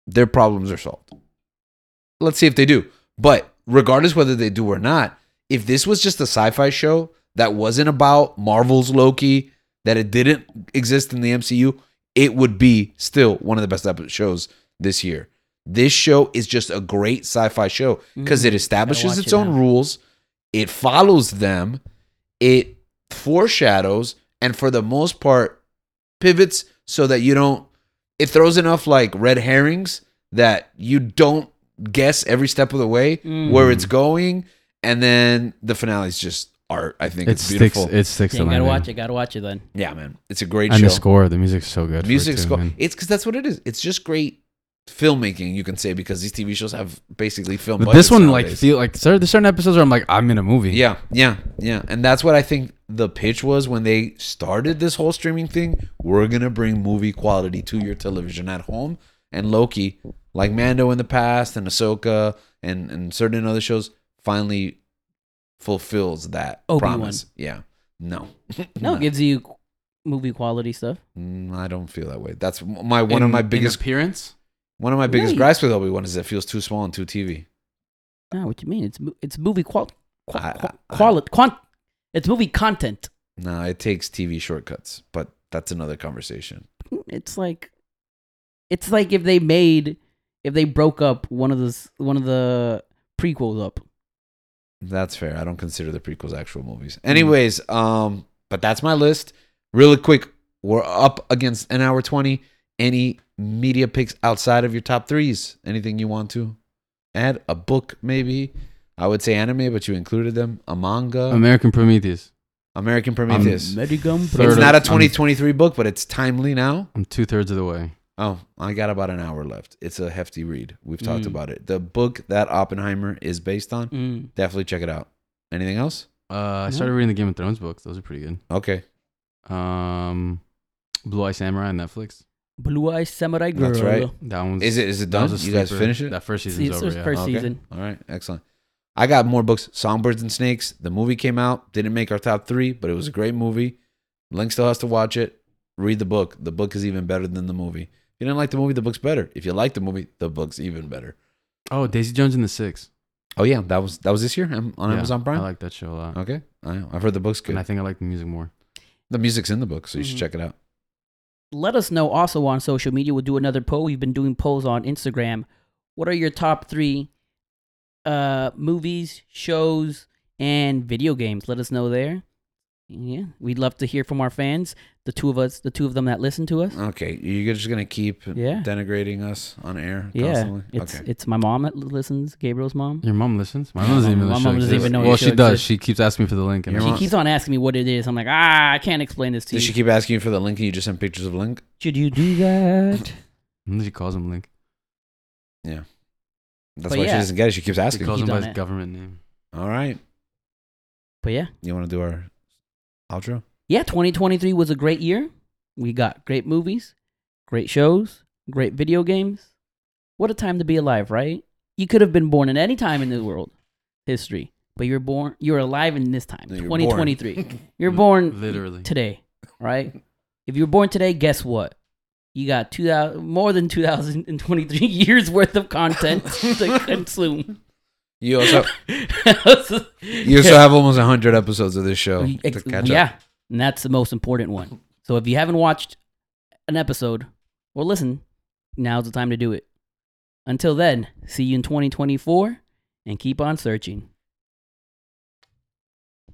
C: their problems are solved. Let's see if they do. But regardless whether they do or not, if this was just a sci fi show that wasn't about Marvel's Loki, that it didn't exist in the MCU, it would be still one of the best epi- shows this year. This show is just a great sci fi show because it establishes
B: Mm-hmm. watch
C: its
B: it
C: own
B: now.
C: rules, it follows them, it foreshadows, and for the most part, pivots so that you don't. It throws enough like red herrings that you don't guess every step of the way
B: Mm.
C: where it's going, and then the finale's just art. I think
A: It
C: it's,
A: sticks.
C: beautiful.
A: It sticks
B: Yeah,
A: to
B: you gotta
A: landing.
B: watch it. Gotta watch it then.
C: yeah, man, it's a great
A: And
C: show.
A: the score, the music's so good. for it
C: Music
A: too,
C: score.
A: man.
C: It's because that's what it is. It's just great filmmaking, you can say, because these TV shows have basically film.
A: But this
C: budgets
A: one, like,
C: nowadays.
A: feel like cer- there's certain episodes where I'm like, I'm in a movie.
C: Yeah, yeah, yeah. And that's what I think the pitch was when they started this whole streaming thing. We're going to bring movie quality to your television at home. And Loki, like Mando in the past and Ahsoka and, and certain other shows, finally fulfills that
B: Obi-Wan.
C: promise. Yeah. No. [laughs]
B: No, it gives you movie quality stuff.
C: Mm, I don't feel that way. That's m- my one of
A: In-
C: my
A: in
C: biggest
A: appearance.
C: one of my biggest
B: Really?
C: gripes with Obi Wan is it feels too small and too TV.
B: No, what you mean? It's mo- it's movie qual qua-
C: I-
B: qua-
C: I-
B: quali- quant- It's movie content.
C: No, it takes TV shortcuts, but that's another conversation.
B: It's like, it's like if they made if they broke up one of the s- one of the prequels up.
C: That's fair. I don't consider the prequels actual movies.
A: Mm-hmm.
C: Anyways, um, but that's my list. Really quick, we're up against an hour twenty. Any media picks outside of your top threes? Anything you want to add? A book, maybe? I would say anime, but you included them. A manga,
A: American Prometheus.
C: American Prometheus.
B: Medigum.
A: Um, Third
C: it's
A: of-
C: not a
A: I'm-
C: 2023 book, but it's timely now.
A: I'm two thirds of the way.
C: Oh, I got about an hour left. It's a hefty read. We've talked
B: Mm.
C: about it. The book that Oppenheimer is based on,
B: Mm.
C: definitely check it out. Anything else?
A: Uh, I started reading the Game of Thrones books. Those are pretty good.
C: Okay.
A: Um, Blue Eye Samurai on Netflix.
B: Blue Eye Samurai Girl.
C: That's right.
A: That one's
C: Is it is it
A: that
C: done?
A: was a
C: You guys
A: sleeper.
C: finish it?
A: That first
B: It's
A: season's
B: the
A: over. Yeah.
B: first season.
C: All right, excellent. I got more books. Songbirds and Snakes. The movie came out, didn't make our top three, but it was a great movie. Link still has to watch it. Read the book. The book is even better than the movie. If you didn't like the movie, the book's better. If you like the movie, the book's even better.
A: Oh, Daisy Jones and the Six
C: Oh yeah, that was that was this year Am- on
A: Yeah,
C: Amazon Prime.
A: I like that show a lot,
C: okay, I know. I've heard the book's good.
A: and I Mm-hmm. think I like the music more.
C: the music's in the book, so you should
B: Mhm.
C: check it out.
B: Let us know also on social media. We'll do another poll. We've been doing polls on Instagram. What are your top three uh, movies, shows, and video games? Let us know there. Yeah, we'd love to hear from our fans. The two of us, the two of them that listen to us.
C: Okay, you're just gonna keep
B: Yeah.
C: denigrating us on air.
B: Yeah,
C: constantly?
B: it's
C: okay.
B: it's my mom that listens. Gabriel's mom.
A: Your mom listens. My mom doesn't even. know the
B: My mom
A: show
B: doesn't even
A: exists.
B: know
A: Well,
B: the
A: she
B: show
A: does.
B: exists.
A: She keeps asking me for the link. And
C: Your
A: I'm
B: She
A: like,
C: mom-
B: keeps on asking me what it is. I'm like, ah, I can't explain this to
C: Did she
B: you.
C: keep asking you for the link and you just sent pictures of Link?
B: Should you
C: [laughs]
B: do that?
A: "Mm," she calls him link.
C: That's
B: But
C: why she
B: yeah.
C: doesn't get it. She keeps
A: She
C: asking.
A: calls
B: He
A: him by
B: done
A: his
B: it.
A: government name.
C: All right.
B: But yeah,
C: You want to do our outro?
B: yeah, 2023 was a great year. We got great movies, great shows, great video games. What a time to be alive, right? You could have been born at any time in the world history, but you're born you're alive in this time,
C: No, you're born.
B: 2023.
C: [laughs]
B: You're born
A: Literally.
B: today, right? if you're born today, guess what? You got 2000 more than 2023 [laughs] years worth of content
C: [laughs]
B: to consume.
C: You also
B: [laughs]
C: you also have almost 100 episodes of this show
B: We-
C: to
B: ex-
C: catch
B: yeah,
C: up.
B: and that's the most important one. So if you haven't watched an episode or listen, now's the time to do it. Until then, see you in 2024 and keep on searching.